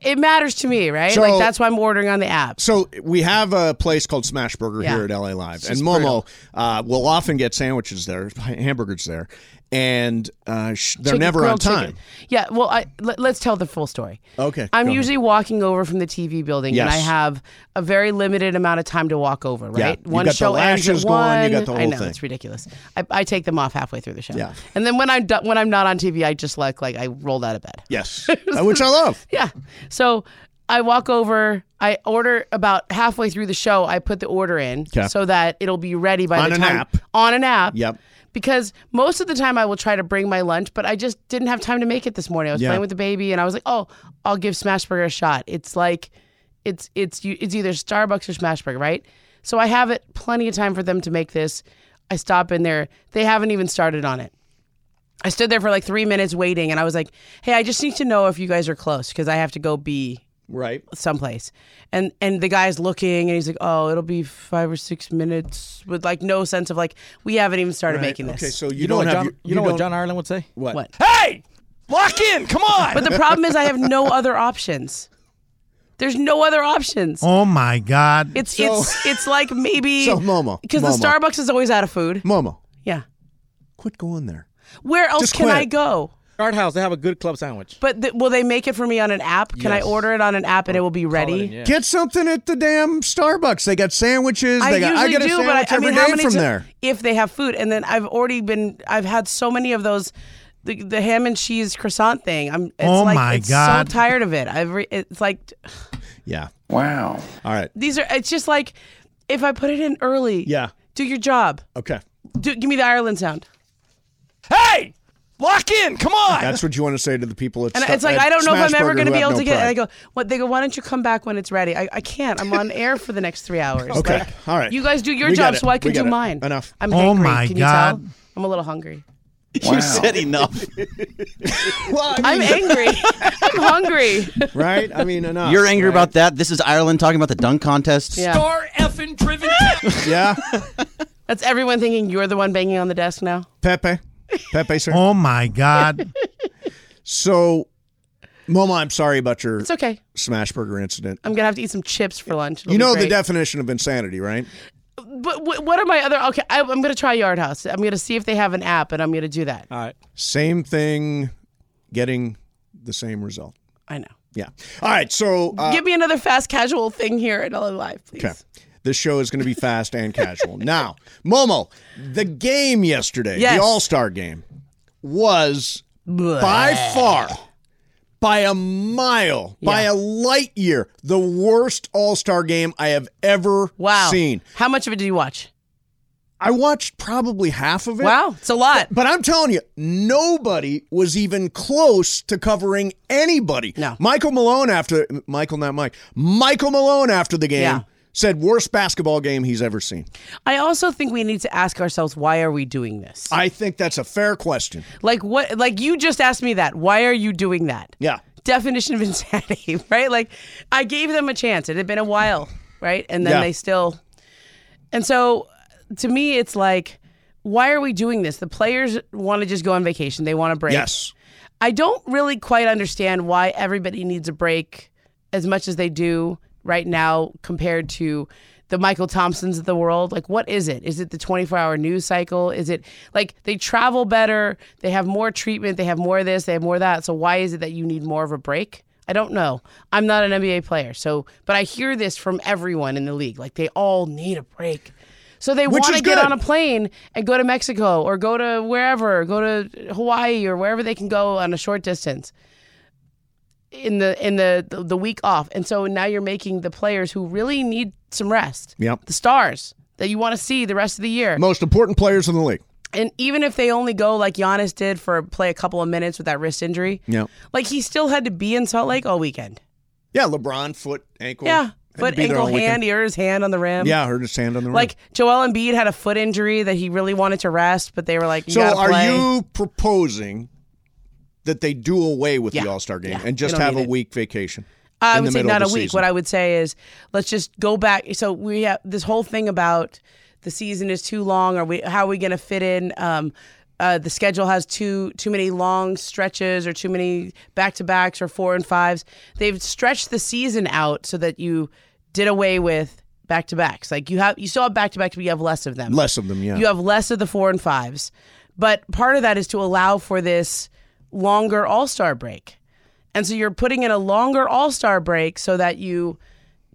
E: it matters to me, right? like
B: So-
E: that's why I'm ordering on the app.
B: So we have a place called Smash Burger
E: Yeah.
B: here at LA Live, and Momo uh, will often get sandwiches there, hamburgers there, and uh, sh- they're
E: Chicken-
B: never on
E: grilled
B: time.
E: chicken. Yeah, well, I, let, us tell the full story.
B: Okay,
E: I'm
B: go ahead.
E: usually walking over from the TV building, and I
B: Yes.
E: have a very limited amount of time to walk over. Right,
B: you got the lashes
E: at
B: going, you got the
E: I
B: whole
E: know
B: thing.
E: it's ridiculous. I, I take them off halfway through the show.
B: Yeah.
E: and then when I'm do- when I'm not on TV, I just look like I rolled out of bed.
B: Yes, Uh, which I love.
E: Yeah. So I walk over, I order about halfway through the show, I put the order in so that it'll be ready by
B: On
E: the
B: an
E: time
B: app.
E: on an app.
B: Yep.
E: Because most of the time I will try to bring my lunch, but I just didn't have time to make it this morning. I was
B: Yeah.
E: playing with the baby and I was like, "Oh, I'll give Smashburger a shot." It's like it's it's you it's either Starbucks or Smashburger, right? So I have it plenty of time for them to make this. I stop in there. They haven't even started on it. I stood there for like three minutes waiting, and I was like, "Hey, I just need to know if you guys are close because I have to go be
B: Right.
E: someplace." And and the guy's looking, and he's like, "Oh, it'll be five or six minutes," with like no sense of like we haven't even started making this.
B: Okay, so you,
H: You, know
B: don't
H: what
B: have
H: John,
B: your-
H: you, know what
B: don't-
H: John Ireland would say?
B: what?
E: what?
H: Hey, lock in. Come on.
E: But the problem is, I have no other options. There's no other options.
I: Oh my God.
E: It's it's it's like maybe
B: So, Momo,
E: because the
B: Momo.
E: Starbucks is always out of food.
B: Momo,
E: Yeah,
B: quit going there.
E: where else
B: Just
E: can
B: quit.
E: I go?
H: Art House. They have a good club sandwich.
E: But th- will they make it for me on an app? Can I
H: Yes.
E: order it on an app and it will be ready?
H: Call it in, yeah.
B: Get something at the damn Starbucks. They got sandwiches.
E: I
B: they got,
E: usually
B: I get a
E: do,
B: sandwich
E: but I, I
B: every
E: mean, how
B: day
E: many
B: from
E: ti-
B: there.
E: If they have food, and then I've already been, I've had so many of those, the, the ham and cheese croissant thing. I'm, it's
I: Oh
E: like,
I: my
E: it's
I: God.
E: so tired of it. I've, re, it's like
B: Yeah.
J: Wow.
B: All right.
E: these are. It's just like if I put it in early.
B: Yeah.
E: Do your job.
B: Okay.
E: Do give me the Ireland sound.
H: Hey, lock in. Come on.
B: That's what you want to say to the people at
E: And
B: Sta-
E: it's like
B: at
E: I don't know if I'm ever
B: uh, Smashburger
E: going to
B: who
E: be
B: have
E: able
B: no
E: to get.
B: pride.
E: And I go, what they go? Why don't you come back when it's ready? I, I can't. I'm on air for the next three hours.
B: Okay.
E: Like,
B: All right.
E: You guys do your
B: We got
E: job
B: it.
E: so I can
B: We got
E: do
B: it.
E: mine.
B: Enough.
E: I'm
I: Oh
E: hungry.
I: my
E: can
I: God.
E: You tell? I'm a little hungry.
G: You said enough.
B: Well, I
E: I'm
B: mean,
E: angry. I'm hungry.
B: right? I mean, enough.
G: You're angry
B: right?
G: about that. This is Ireland talking about the dunk contest.
E: Yeah.
H: effing driven.
B: Yeah.
E: That's everyone thinking you're the one banging on the desk now.
B: Pepe. Pepe, sir.
I: Oh my God.
B: So, Moma, I'm sorry about your
E: It's okay.
B: Smashburger incident.
E: I'm gonna have to eat some chips for lunch. It'll
B: you
E: be
B: know the
E: great.
B: definition of insanity, right?
E: But wh- what are my other? Okay, I, I'm gonna try Yard House. I'm gonna see if they have an app, and I'm gonna do that.
H: All right.
B: Same thing, getting the same result.
E: I know.
B: Yeah. All right. So, uh,
E: Give me another fast casual thing here at LA Live, please.
B: okay. This show is going to be fast and casual. now, Momo, the game yesterday,
E: Yes.
B: the All Star game, was by far, by a mile, by a light year, the worst All Star game I have ever
E: Wow.
B: seen.
E: How much of it did you watch?
B: I watched probably half of it.
E: Wow, it's a lot.
B: But I'm telling you, nobody was even close to covering anybody.
E: No.
B: Michael Malone after Michael, not Mike. Michael Malone after the game
E: Yeah.
B: said worst basketball game he's ever seen.
E: I also think we need to ask ourselves why are we doing this?
B: I think that's a fair question.
E: Like what? Like you just asked me that. Why are you doing that?
B: Yeah.
E: Definition of insanity, right? Like I gave them a chance. It had been a while, right? And then
B: Yeah.
E: they still. And so, to me, it's like, why are we doing this? The players want to just go on vacation. They want a break.
B: Yes.
E: I don't really quite understand why everybody needs a break as much as they do right now compared to the Michael Thompsons of the world. Like, what is it? Is it the 24 hour news cycle? Is it like they travel better? They have more treatment. They have more of this. They have more of that. So, why is it that you need more of a break? I don't know. I'm not an NBA player. So, but I hear this from everyone in the league. Like, they all need a break. So they
B: Which
E: want
B: is
E: to get
B: good.
E: on a plane and go to Mexico or go to wherever, go to Hawaii or wherever they can go on a short distance in the in the the, the week off. And so now you're making the players who really need some rest,
B: Yep.
E: the stars that you want to see the rest of the year.
B: Most important players in the league.
E: And even if they only go like Giannis did for play a couple of minutes with that wrist injury,
B: Yeah.
E: like he still had to be in Salt Lake all weekend.
B: Yeah, LeBron, foot, ankle.
E: Yeah,
B: Had to
E: foot,
B: be there
E: ankle,
B: all weekend.
E: hand, he hurt his hand on the rim.
B: Yeah, hurt his hand on the rim.
E: Like Joel Embiid had a foot injury that he really wanted to rest, but they were like, you
B: so
E: gotta
B: are
E: play.
B: you proposing that they do away with the
E: Yeah.
B: All Star game
E: Yeah.
B: and just
E: They don't
B: have a
E: need it.
B: week vacation?
E: I
B: in
E: would
B: the
E: say
B: middle
E: not a
B: of
E: week.
B: the season?
E: What I would say is let's just go back. So we have this whole thing about the season is too long. Are we? How are we going to fit in? Um, uh, the schedule has too too many long stretches or too many back to backs or four and fives. They've stretched the season out so that you did away with back to backs. Like you have you still have back to backs, but you have less of them.
B: Less of them, yeah.
E: You have less of the four and fives. But part of that is to allow for this longer all star break. And so you're putting in a longer all star break so that you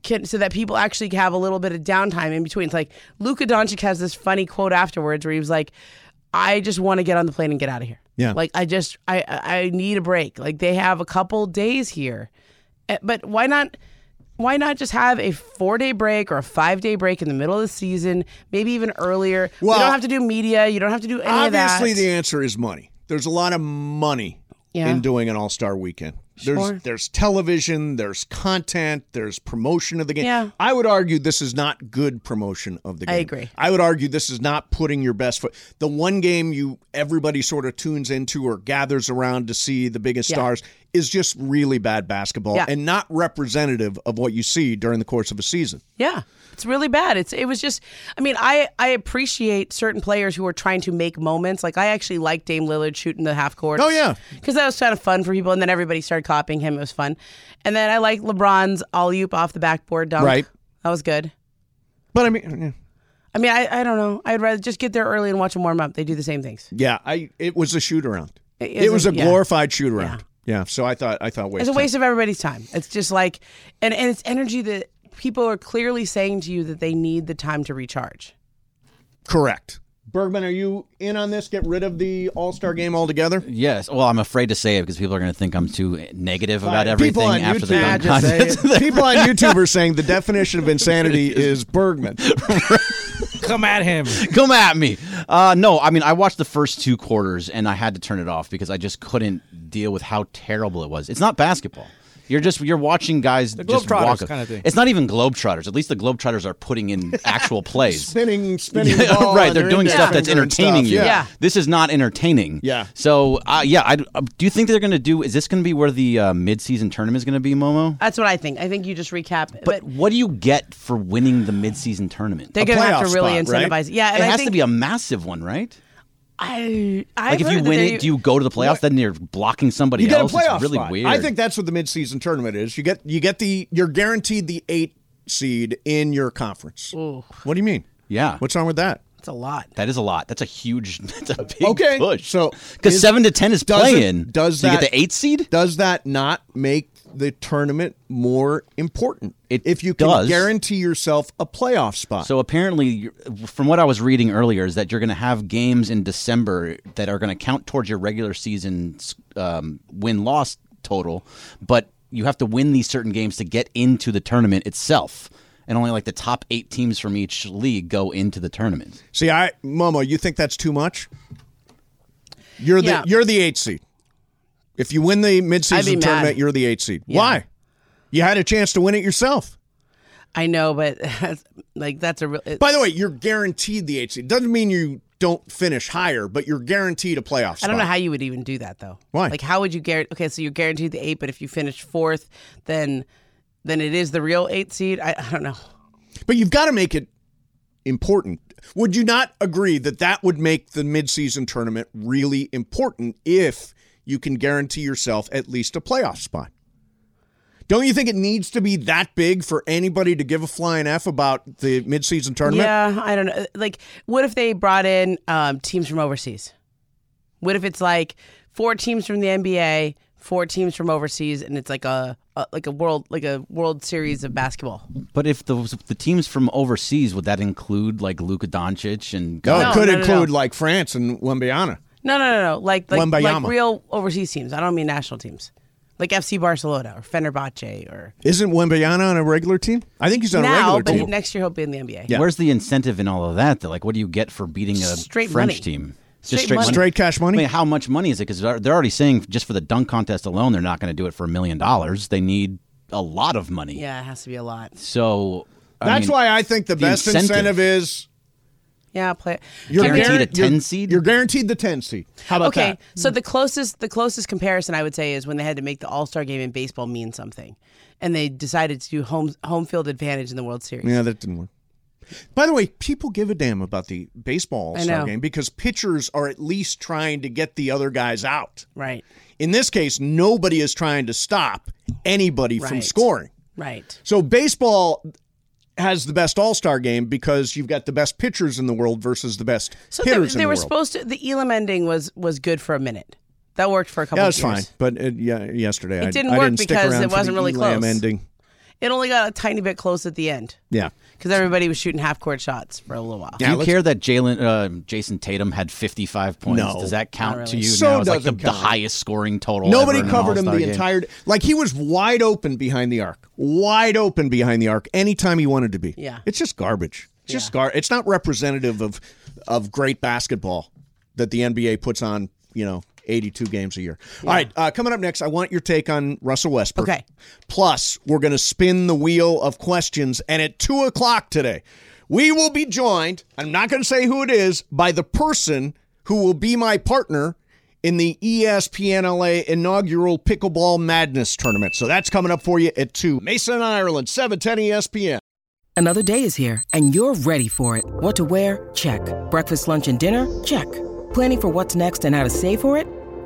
E: can so that people actually have a little bit of downtime in between. It's like Luka Doncic has this funny quote afterwards where he was like, I just want to get on the plane and get out of here.
B: Yeah.
E: Like I just I I I need a break. Like they have a couple days here. Eh, But why not why not just have a four day break or a five day break in the middle of the season, maybe even earlier?
B: Well-
E: you don't have to do media. You don't have to do any of that.
B: Obviously, the answer is money. There's a lot of money
E: Yeah.
B: in doing an All Star Weekend. There's
E: Sure.
B: there's television, there's content, there's promotion of the game.
E: Yeah.
B: I would argue this is not good promotion of the game.
E: I agree.
B: I would argue this is not putting your best foot. The one game you everybody sort of tunes into or gathers around to see the biggest
E: Yeah.
B: stars is just really bad basketball
E: Yeah.
B: and not representative of what you see during the course of a season.
E: Yeah. It's really bad. It's it was just I mean, I I appreciate certain players who are trying to make moments. Like I actually like Dame Lillard shooting the half court.
B: Oh, yeah.
E: Cuz that was kind of fun for people and then everybody started copying him. It was fun. And then I like LeBron's alley-oop off the backboard dunk.
B: Right.
E: That was good.
B: But I mean, yeah.
E: I mean, I, I don't know. I'd rather just get there early and watch them warm up. They do the same things.
B: Yeah, I it was a shoot around.
E: It
B: It, was a
E: isn't- yeah.
B: glorified shoot around. Yeah. so I thought I thought waste.
E: It's a
B: time.
E: waste of everybody's time. It's just like, and, and it's energy that people are clearly saying to you that they need the time to recharge.
B: Correct. Bergman, are you in on this? Get rid of the All Star game altogether.
G: Yes. Well, I'm afraid to say it because people are going to think I'm too negative about everything
B: People on
G: after the
B: YouTube,
G: dunk contest.
B: people on YouTube are saying the definition of insanity is Bergman.
H: Come at him.
G: Come at me. Uh, no, I mean, I watched the first two quarters and I had to turn it off because I just couldn't deal with how terrible it was. It's not basketball. You're just you're watching guys just
H: Globetrotters
G: walk.
H: kinda thing.
G: It's not even globetrotters. At least the globetrotters are putting in actual plays.
B: Spinning, spinning. the ball
G: right,
B: and
G: they're doing
B: index
G: stuff that's
B: finger and
G: entertaining
B: stuff.
G: you.
B: Yeah.
G: This is not entertaining.
B: Yeah.
G: So, uh, yeah, I, uh, do you think they're going to do? Is this going to be where the uh, midseason tournament is going to be, Momo?
E: That's what I think. I think you just recap.
G: But what do you get for winning the midseason tournament?
E: They're going to have
B: playoff
E: to really
B: spot, right?
E: incentivize. Yeah, and I
G: it has
E: think
G: to be a massive one, right?
C: I I
G: like if you win it, do you go to the playoffs? Then you're blocking somebody
B: you get a
G: else.
B: playoff
G: it's really
B: spot.
G: weird.
B: I think that's what the midseason tournament is. You get you get the you're guaranteed the eight seed in your conference. What do you mean?
G: Yeah.
B: What's wrong with that?
E: It's a lot.
G: that is a lot. That's a huge. That's a big
B: Uh, Okay,
G: push.
B: so
G: because
B: is-
G: seven to ten is
B: does it-
G: playing.
B: does
G: so you
B: that-
G: get the eight seed?
B: Does that not make the tournament more important?
G: It
B: if you can
G: does.
B: guarantee yourself a playoff spot.
G: So apparently, you're- from what I was reading earlier, is that you're going to have games in December that are going to count towards your regular season um, win loss total, but you have to win these certain games to get into the tournament itself, and only like the top eight teams from each league go into the tournament.
B: see, I Momo, you think that's too much? You're
E: Yeah.
B: the you're the eight seed. If you win the
E: I'd be
B: midseason
E: mad.
B: tournament, you're the eight seed. Why? You had a chance to win it yourself.
E: I know, but that's, like that's a real. it-
B: By the way, you're guaranteed the eight seed. Doesn't mean you don't finish higher, but you're guaranteed a playoff
E: I
B: spot.
E: don't know how you would even do that though.
B: Why?
E: Like, how would you guarantee? Okay, so you're guaranteed the eight, but if you finish fourth, then then it is the real eight seed. I, I don't know.
B: But you've got to make it important. Would you not agree that that would make the midseason tournament really important if you can guarantee yourself at least a playoff spot? Don't you think it needs to be that big for anybody to give a flying F about the midseason tournament?
E: Yeah, I don't know. Uh, Like, what if they brought in um, teams from overseas? What if it's like four teams from the NBA, four teams from overseas, and it's like a, a like a world like a World Series of basketball?
G: But if the the teams from overseas would that include like Luka Doncic and
B: No,
E: No,
B: it could
E: no, no,
B: include
E: no.
B: like France and Wembiana.
E: No, no, no, no. Like like, like
B: Wembayama.
E: real overseas teams. I don't mean national teams. Like FC Barcelona or Fenerbahce or
B: Isn't Wembiana on a regular team? I think he's on a
E: now,
B: regular
E: but
B: team.
E: next year he'll be in the NBA.
B: Yeah.
G: Where's the incentive in all of that? Though? Like, what do you get for beating a
E: Straight
G: French
E: money.
G: team?
E: Straight money.
B: Straight cash money?
G: I mean, how much money is it? Because they're they're already saying just for the dunk contest alone, they're not going to do it for a million dollars. They need a lot of money.
E: Yeah, it has to be a lot.
G: So I
B: That's
G: mean,
B: why I think the,
G: the
B: best
G: incentive.
B: incentive is
E: Yeah, play.
B: You're
G: Guaranteed
B: guaran-
G: a 10
B: you're-
G: seed?
B: You're guaranteed the 10 seed. How about
E: okay,
B: that?
E: so the closest the closest comparison I would say is when they had to make the All Star game in baseball mean something, and they decided to do home home field advantage in the World Series.
B: Yeah, that didn't work. By the way, people give a damn about the baseball
E: I
B: All-Star
E: know.
B: game because pitchers are at least trying to get the other guys out.
E: Right,
B: In this case, nobody is trying to stop anybody from
E: Right.
B: scoring.
E: right.
B: So baseball has the best All-Star game because you've got the best pitchers in the world versus the best
E: So they,
B: hitters in
E: they
B: the
E: were
B: world.
E: supposed to. The Elam ending was was good for a minute. That worked for a couple.
B: yeah,
E: of
B: it's fine,
E: years.
B: but uh yeah, yesterday
E: It
B: I
E: didn't
B: I
E: work
B: didn't stick
E: because
B: around
E: it
B: for the
E: wasn't really
B: Elam
E: close.
B: ending.
E: It only got a tiny bit close at the end
B: Yeah,
E: because everybody was shooting half court shots for a little while.
G: Do you care that Jalen uh, Jason Tatum had 55 points?
B: No.
G: Does that count to you
B: So
G: now as like the,
B: doesn't
G: the
B: count.
G: highest scoring total?
B: Nobody
G: ever in an
B: covered him the
G: All-Star game?
B: entire like he was wide open behind the arc. Wide open behind the arc anytime he wanted to be.
E: Yeah.
B: It's just garbage. It's just gar it's not representative of of great basketball that the NBA puts on, you know, 82 games a year. All right, uh, coming up next, I want your take on Russell Westbrook.
E: Okay.
B: Plus, we're going to spin the wheel of questions, and at 2 o'clock today, we will be joined, I'm not going to say who it is, by the person who will be my partner in the E ESPN LA inaugural Pickleball Madness Tournament. So that's coming up for you at 2. Mason, Ireland, E 710 ESPN.
I: Another day is here, and you're ready for it. What to wear? Check. Breakfast, lunch, and dinner? Check. Planning for what's next and how to save for it?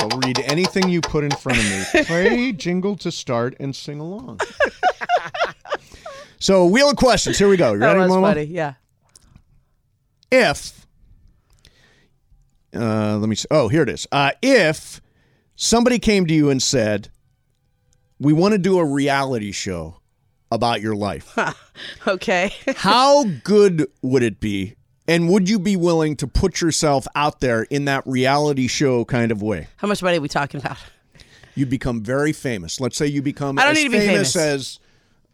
B: I'll read anything you put in front of me. Play jingle to start and sing along. so, wheel of questions. Here we go. You
E: That
B: ready,
E: was
B: Momo?
E: funny. Yeah.
B: if uh, let me see. Oh, here it is. Uh, if somebody came to you and said, "We want to do a reality show about your life,"
E: Okay.
B: how good would it be? And would you be willing to put yourself out there in that reality show kind of way?
E: How much money are we talking about?
B: You become very famous. Let's say you become
E: I don't
B: as
E: need to be famous.
B: as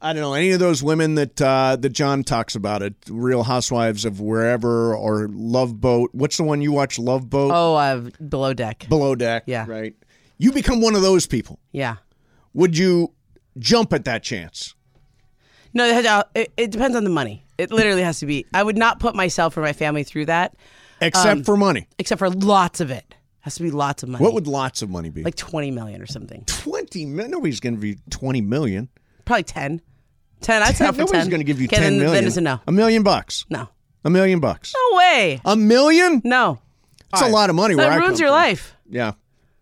B: I don't know any of those women that uh, that John talks about at Real Housewives of wherever or Love Boat. What's the one you watch? Love Boat.
E: Oh, uh, below deck.
B: below deck.
E: Yeah.
B: Right. You become one of those people.
E: Yeah.
B: Would you jump at that chance?
E: No, it, has- it, it depends on the money. It literally has to be. I would not put myself or my family through that. Um,
B: Except for money.
E: Except for lots of it. Has to be lots of money.
B: What would lots of money be?
E: like twenty million or something?
B: 20 million. Nobody's going to be 20 million.
E: Probably ten. Ten. I'd settle for
B: Nobody's
E: ten.
B: going to give you
E: Okay,
B: 10
E: then,
B: million.
E: Then it's a no.
B: A million bucks.
E: No.
B: A million bucks.
E: No way.
B: A million?
E: No.
B: That's a lot of money. where I
E: That
B: come
E: ruins your
B: from.
E: life.
B: Yeah.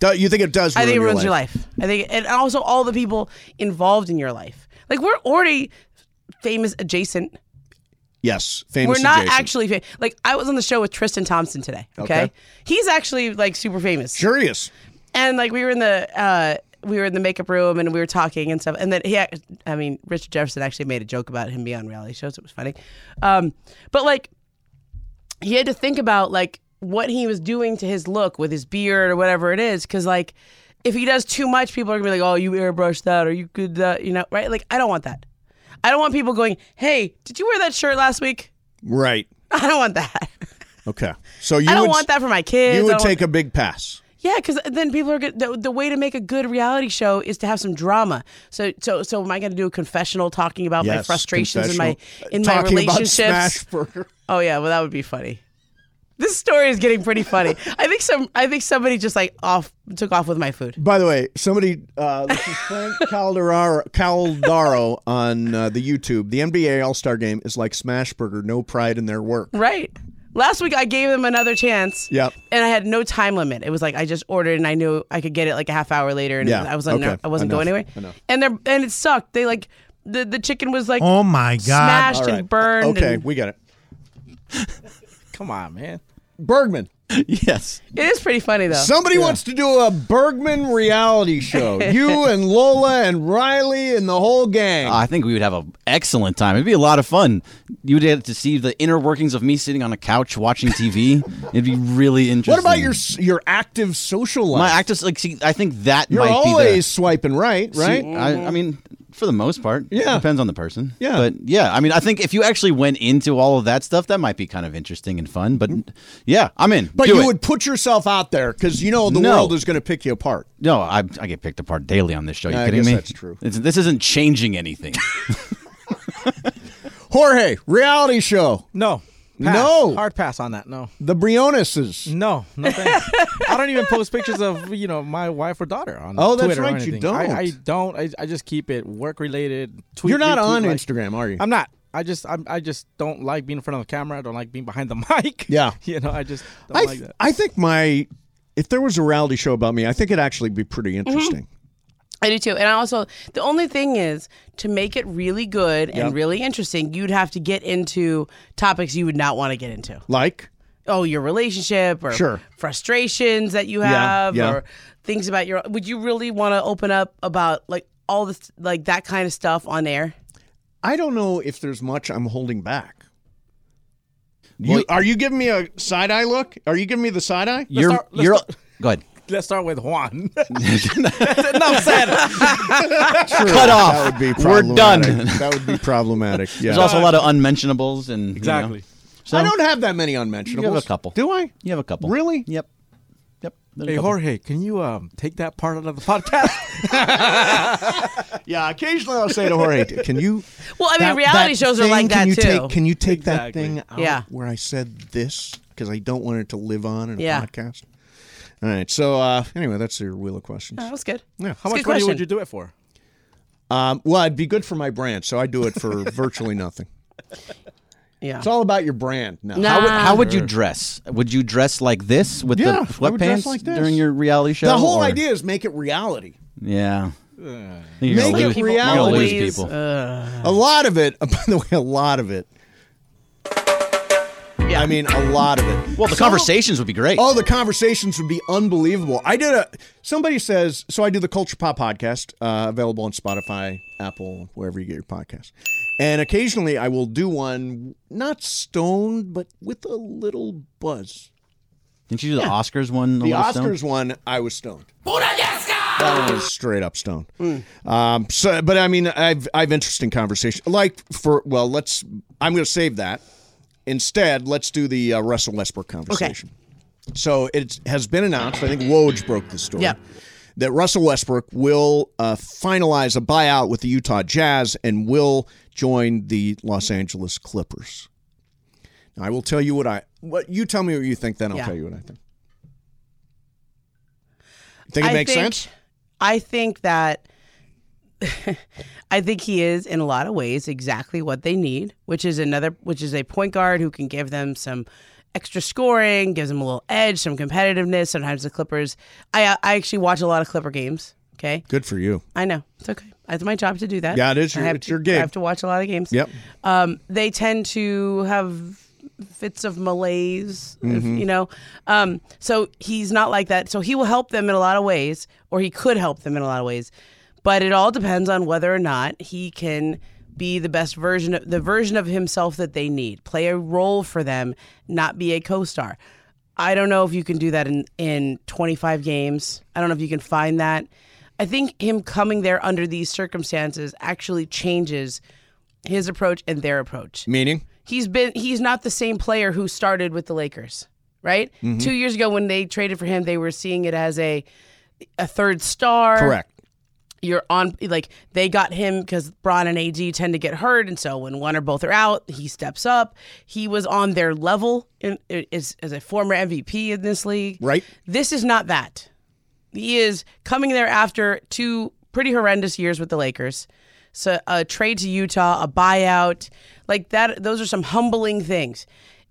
B: Do- you think it does? Ruin
E: I think it
B: your life.
E: ruins your life. I think, and also all the people involved in your life. Like we're already famous adjacent.
B: Yes, famous.
E: we're not
B: adjacent.
E: actually famous. Like I was on the show with Tristan Thompson today. Okay,
B: Okay.
E: he's actually like super famous.
B: Sure he is.
E: And like we were in the. uh we were in the makeup room and we were talking and stuff. And then he, act- I mean, Richard Jefferson actually made a joke about him being on reality shows. It was funny. Um, but like, he had to think about like what he was doing to his look with his beard or whatever it is because like if he does too much people are gonna be like oh you airbrushed that or you could that you know right like i don't want that i don't want people going hey did you wear that shirt last week
B: Right.
E: i don't want that
B: Okay. So you
E: i don't
B: would,
E: want that for my kids
B: You
E: I
B: would
E: don't want-
B: take a big pass.
E: yeah, because then people are good. The, the way to make a good reality show is to have some drama. So, so, so am I going to do a confessional talking about my
B: Yes,
E: frustrations in my
B: confessional.
E: in my
B: Talking about
E: relationships?
B: Smashburger.
E: Oh yeah, well that would be funny. This story is getting pretty funny. I think some. I think somebody just like off took off with my food.
B: By the way, somebody, uh, this is Frank Caldaro, Caldaro on uh, the YouTube. The NBA All Star Game is like Smashburger, no pride in their work.
E: Right. Last week I gave them another chance.
B: Yep.
E: And I had no time limit. It was like I just ordered and I knew I could get it like a half hour later, and
B: Yeah,
E: I was on
B: okay,
E: I wasn't going
B: enough,
E: anywhere.
B: enough.
E: And they're and it sucked. They like the the chicken was like
H: Oh my God.
E: smashed
B: All right.
E: and burned.
B: Okay,
E: and-
B: we got it.
H: Come on, man.
B: Bergman.
G: Yes.
E: It is pretty funny though.
B: Somebody wants to do a Bergman reality show. you and Lola and Riley and the whole gang.
G: I think we would have an excellent time. It'd be a lot of fun. You'd get to see the inner workings of me sitting on a couch watching TV. It'd be really interesting.
B: what about your your active social life?
G: my active? Like, see, I think that
B: You're
G: might
B: always swiping right,
G: be the,
B: right?
G: See,
H: Mm-hmm.
G: I, I mean, for the most part,
B: Yeah.
G: depends on the person.
B: Yeah.
G: but yeah, I mean, I think if you actually went into all of that stuff, that might be kind of interesting and fun. But yeah, I'm in.
B: Mm-hmm. but
G: Do
B: you
G: it.
B: would put yourself out there because you know the
G: No.
B: world is going to pick you apart.
G: No, I, I get picked apart daily on this show. You
B: I
G: kidding
B: guess
G: me?
B: that's true.
G: It's, this isn't changing anything.
B: Jorge, reality show.
H: No. Pass.
B: No.
H: Hard pass on that. No.
B: The Brioneses.
H: No. No thanks. I don't even post pictures of, you know, my wife or daughter on
B: Oh, that's
H: Twitter or
B: right, you
H: anything. I, I
B: don't.
H: don't. I, I just keep it work related. Tweet,
B: You're not
H: retweet,
B: on
H: like-
B: Instagram, are you?
H: I'm not. I just I'm, I just don't like being in front of the camera. I don't like being behind the mic.
B: Yeah.
H: you know, I just don't
B: I,
H: like that.
B: I think my if there was a reality show about me, I think it'd actually be pretty interesting.
E: I do too. And I also, the only thing is to make it really good and really interesting, you'd have to get into topics you would not want to get into.
B: Like,
E: Oh, your relationship or
B: Sure.
E: frustrations that you have
B: yeah.
E: or things about your. Would you really want to open up about like all this, like that kind of stuff on air?
B: I don't know if there's much I'm holding back.
G: Well-
B: you, are you giving me a side eye look? Are you giving me the side eye?
G: you're
H: start- let's
G: you're go ahead.
H: Let's start with Juan. That's enough said.
G: Cut off.
B: That would be
G: We're done.
B: problematic. that would be problematic. Yeah.
G: There's also a lot of unmentionables and you know.
H: Exactly.
G: so
B: I don't have that many unmentionables.
G: You have a couple.
B: Do I?
G: You have a couple.
B: Really?
G: Yep. Yep. There's a
H: Hey
G: couple.
H: Jorge, can you um take that part out of the podcast?
B: Yeah. Occasionally, I'll say to Jorge, "Can you?"
E: Well, I mean,
B: that-
E: reality
B: that
E: shows are
B: thing,
E: like
B: can
E: that
B: you
E: too.
B: Take, can you take that
H: Exactly.
B: thing out
E: Yeah.
B: where I said this because I don't want it to live on in a
E: Yeah.
B: podcast? All right. So uh, anyway, that's your wheel of questions.
E: Oh, that was good.
B: Yeah.
H: How
E: That's a
H: much money
E: good
H: would
E: question.
H: you do it for?
B: Um, well, it'd be good for my brand, so I do it for virtually nothing.
E: Yeah.
B: It's all about your brand now.
E: Nah.
G: How would, how would you dress? Would you dress like this with
B: Yeah, I
G: the
B: would dress
G: sweatpants
B: like this.
G: during your reality show?
B: The whole
G: or-
B: idea is make it reality.
G: Yeah.
H: Uh,
G: You're gonna
B: Make it
G: lose-
B: people
G: You're gonna lose
B: realities.
G: people.
B: A lot of it, by the way, a lot of it. Yeah. I mean, a lot of it.
G: well, the conversations would be great.
B: Oh, the conversations would be unbelievable. I did a. Somebody says so. I do the Culture Pop podcast, uh, available on Spotify, Apple, wherever you get your podcast. And occasionally, I will do one not stoned, but with a little buzz.
G: Didn't you do the Oscars one? a
B: The
G: little stone?
B: Oscars one, I was stoned. That one was straight up stoned. Um, so, but I mean, I've I've interesting conversation. Like for well, let's. I'm going to save that. Instead, let's do the uh, Russell Westbrook conversation. So it has been announced. I think Woj broke the story.
E: Yeah.
B: that Russell Westbrook will uh, finalize a buyout with the Utah Jazz and will join the Los Angeles Clippers. Now, I will tell you what I what you tell me what you think, then I'll
E: Yeah.
B: tell you what I think. Think it
E: I
B: makes
E: think-
B: sense?
E: I think that I think he is in a lot of ways exactly what they need, which is another which is a point guard who can give them some extra scoring, gives them a little edge, some competitiveness. Sometimes the Clippers I I actually watch a lot of Clipper games, okay?
B: Good for you.
E: I know. It's okay. It's my job to do that.
B: Yeah, it is
E: I
B: your-
E: have
B: it's
E: to-
B: your gig.
E: I have to watch a lot of games.
B: Yep.
E: Um, they tend to have fits of malaise, if-
B: Mm-hmm.
K: Mhm.
E: you know. Um, so he's not like that. So he will help them in a lot of ways, or he could help them in a lot of ways. But it all depends on whether or not he can be the best version of the version of himself that they need, play a role for them, not be a co-star. I don't know if you can do that in, in 25 games. I don't know if you can find that. I think him coming there under these circumstances actually changes his approach and their approach.
B: Meaning?
E: He's been he's not the same player who started with the Lakers, right?
B: Mhm.
E: 2 years ago when they traded for him, they were seeing it as a a third star.
B: Correct.
E: You're on like they got him because Braun and AD tend to get hurt, and so when one or both are out, he steps up. He was on their level in, is as a former MVP in this league.
B: Right.
E: This is not that. He is coming there after two pretty horrendous years with the Lakers. So a trade to Utah, a buyout, like that. Those are some humbling things.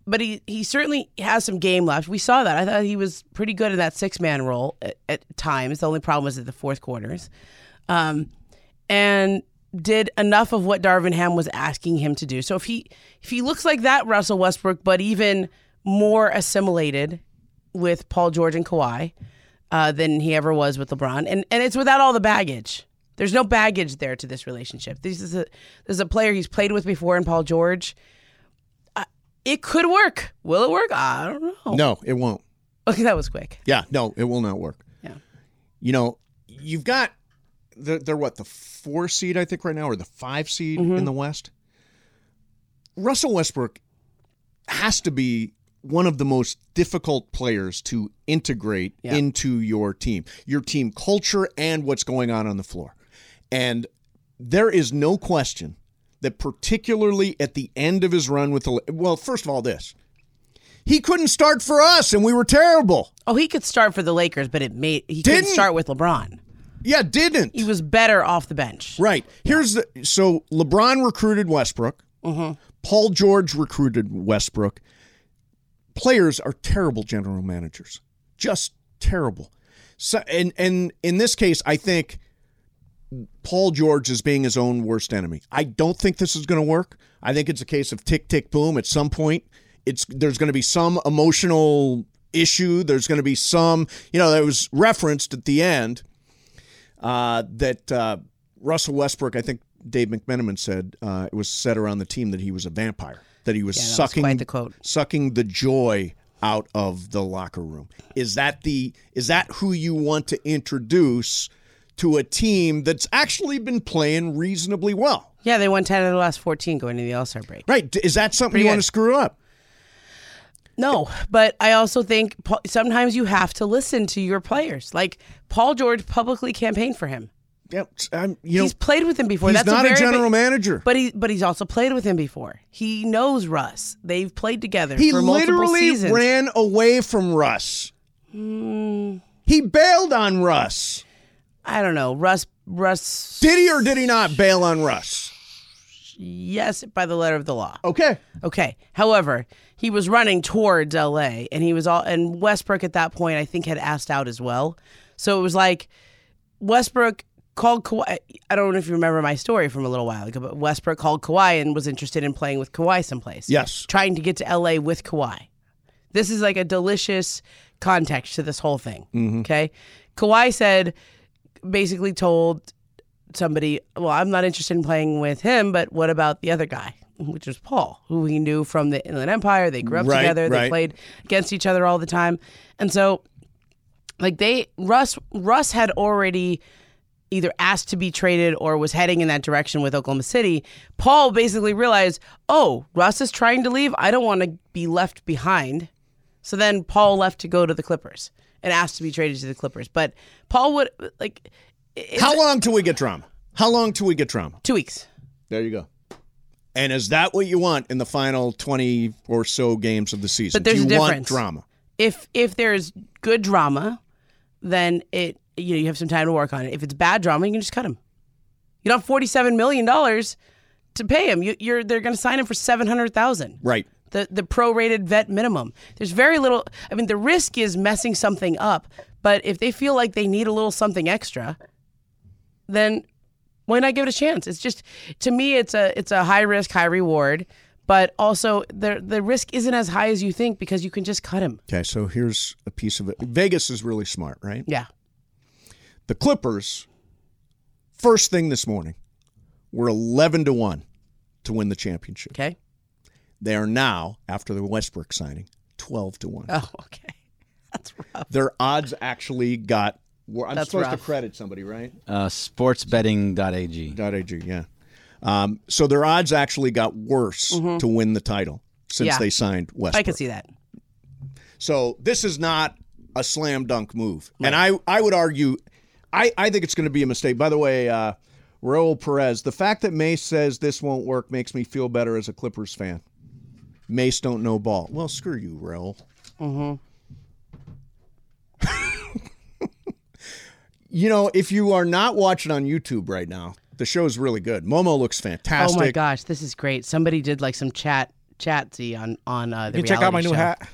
E: But he, he certainly has some game left. We saw that. I thought he was pretty good in that six man role at, at times. The only problem was at the fourth quarters, um, and did enough of what Darvin Ham was asking him to do. So if he if he looks like that Russell Westbrook, but even more assimilated with Paul George and Kawhi uh, than he ever was with LeBron, and and it's without all the baggage. There's no baggage there to this relationship. This is a this is a player he's played with before in Paul George. I- It could work. Will it work? I don't know.
B: No, it won't.
E: Okay, that was quick.
B: Yeah, no, it will not work.
E: Yeah.
B: You know, you've got they're, they're what the four seed I think right now, or the five seed in the West. Russell Westbrook has to be one of the most difficult players to integrate
L: Yeah.
B: into your team, your team culture, and what's going on on the floor. And there is no question that, particularly at the end of his run with the well, first of all, this he couldn't start for us, and we were terrible.
E: Oh, he could start for the Lakers, but it made he
B: Didn't.
E: couldn't start with LeBron.
B: Yeah, didn't.
E: He was better off the bench.
B: Right. Here's the so LeBron recruited Westbrook. Paul George recruited Westbrook. Players are terrible general managers. Just terrible. So and and in this case, I think Paul George is being his own worst enemy. I don't think this is going to work. I think it's a case of tick tick boom at some point. It's there's going to be some emotional issue. There's going to be some, you know, that was referenced at the end uh, that uh, Russell Westbrook, I think Dave McMenamin said uh, it was said around the team that he was a vampire, that he was sucking the
E: quote.
B: sucking the joy out of the locker room. Is that the is that who you want to introduce to a team that's actually been playing reasonably well?
E: Yeah, they won ten of the last fourteen going into the All Star break.
B: Right? D- Is that something
E: Pretty
B: you want
E: good.
B: to screw up?
E: No, but I also think Paul- sometimes you have to listen to your players. Like Paul George publicly campaigned for him.
B: Yeah, I'm, you know,
E: he's played with him before.
B: he's
E: That's
B: not a
E: very
B: general
E: big-
B: manager.
E: but he but he's also played with him before. He knows Russ. They've played together.
B: He
E: for multiple
B: literally
E: seasons.
B: ran away from Russ.
E: Hmm.
B: He bailed on Russ.
E: I don't know. Russ Russ
B: Did he or did he not bail on Russ?
E: yes by the letter of the law.
B: Okay.
E: Okay. However, he was running towards LA and he was all and Westbrook at that point I think had asked out as well. So it was like Westbrook called Kawhi. I don't know if you remember my story from a little while ago, but Westbrook called Kawhi and was interested in playing with Kawhi someplace.
B: Yes.
E: Trying to get to LA with Kawhi. This is like a delicious context to this whole thing. Okay. Kawhi said, basically told somebody, well, I'm not interested in playing with him, but what about the other guy, which was Paul, who we knew from the Inland Empire. They grew up
K: Right,
E: together.
K: right.
E: They played against each other all the time. And so like they Russ Russ had already either asked to be traded or was heading in that direction with Oklahoma City. Paul basically realized, "Oh, Russ is trying to leave. I don't want to be left behind." So then Paul left to go to the Clippers. and asked to be traded to the Clippers. But Paul would like it's-
B: How long till we get drama? How long till we get drama?
E: Two weeks.
B: There you go. And is that what you want in the final twenty or so games of the season?
E: But there's
B: Do you
E: a
B: want
E: difference.
B: drama.
E: If if there's good drama, then it you know you have some time to work on it. If it's bad drama, you can just cut him. You don't have forty seven million dollars to pay him. You, you're they're going to sign him for seven hundred thousand.
B: Right.
E: The the prorated vet minimum. There's very little. I mean, the risk is messing something up. But if they feel like they need a little something extra, then why not give it a chance? It's just to me, it's a it's a high risk, high reward. But also, the the risk isn't as high as you think because you can just cut him.
B: Okay, so here's a piece of it. Vegas is really smart, right?
E: Yeah.
B: The Clippers, first thing this morning, were 11 to 1 to win the championship.
E: Okay.
B: They are now, after the Westbrook signing, 12 to 1.
E: Oh, okay.
B: Their odds actually got. were- I'm
E: That's
B: supposed
E: rough.
B: to credit somebody, right?
G: Uh, sportsbetting.ag.
B: .ag, yeah. Um, so their odds actually got worse
E: Mhm.
B: to win the title since
E: Yeah.
B: they signed Westbrook.
E: I can see that.
B: So this is not a slam dunk move. And I, I would argue, I, I think it's going to be a mistake. By the way, uh, Raul Perez, the fact that Mace says this won't work makes me feel better as a Clippers fan. Mace don't know ball. Well, screw you, Raul.
E: Mm-hmm.
B: You know, if you are not watching on YouTube right now, the show is really good. Momo looks fantastic.
E: Oh my gosh, this is great. Somebody did like some chat chatsy on on uh, the
B: You can check out my
E: reality
B: new
E: show.
B: hat.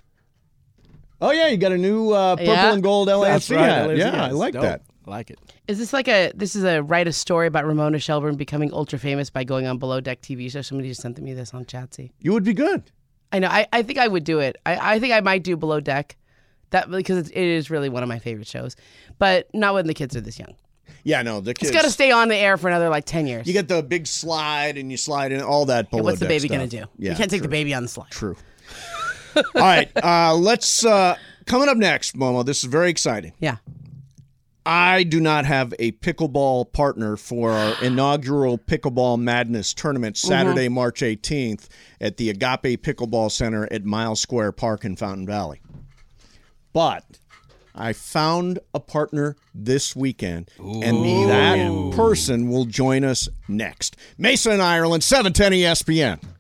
B: Oh yeah, you got a new uh, purple
E: Yeah.
B: and gold LAFC
E: That's right,
B: hat.
E: LAFC
B: yeah,
E: hat.
B: I like
E: Dope.
B: that.
H: I like it.
E: Is this like a this is a write a story about Ramona Shelburne becoming ultra famous by going on Below Deck TV show? Somebody just sent me this on Chatsy.
B: You would be good.
E: I know. I, I think I would do it. I, I think I might do Below Deck, that because it, it is really one of my favorite shows, but not when the kids are this young.
B: Yeah, no, the kids.
E: It's got to stay on the air for another like ten years.
B: You get the big slide and you slide in all that.
E: Yeah,
B: Below
E: what's the
B: deck
E: baby
B: stuff.
E: gonna do?
B: Yeah,
E: you can't take the
B: true.
E: baby on the slide.
B: True. all right, uh, let's. Uh, coming up next, Momo. This is very exciting.
E: Yeah.
B: I do not have a pickleball partner for our inaugural Pickleball Madness tournament Saturday, March 18th at the Agape Pickleball Center at Miles Square Park in Fountain Valley. But I found a partner this weekend, E and that person will join us next. Mason, Ireland, 710 ESPN.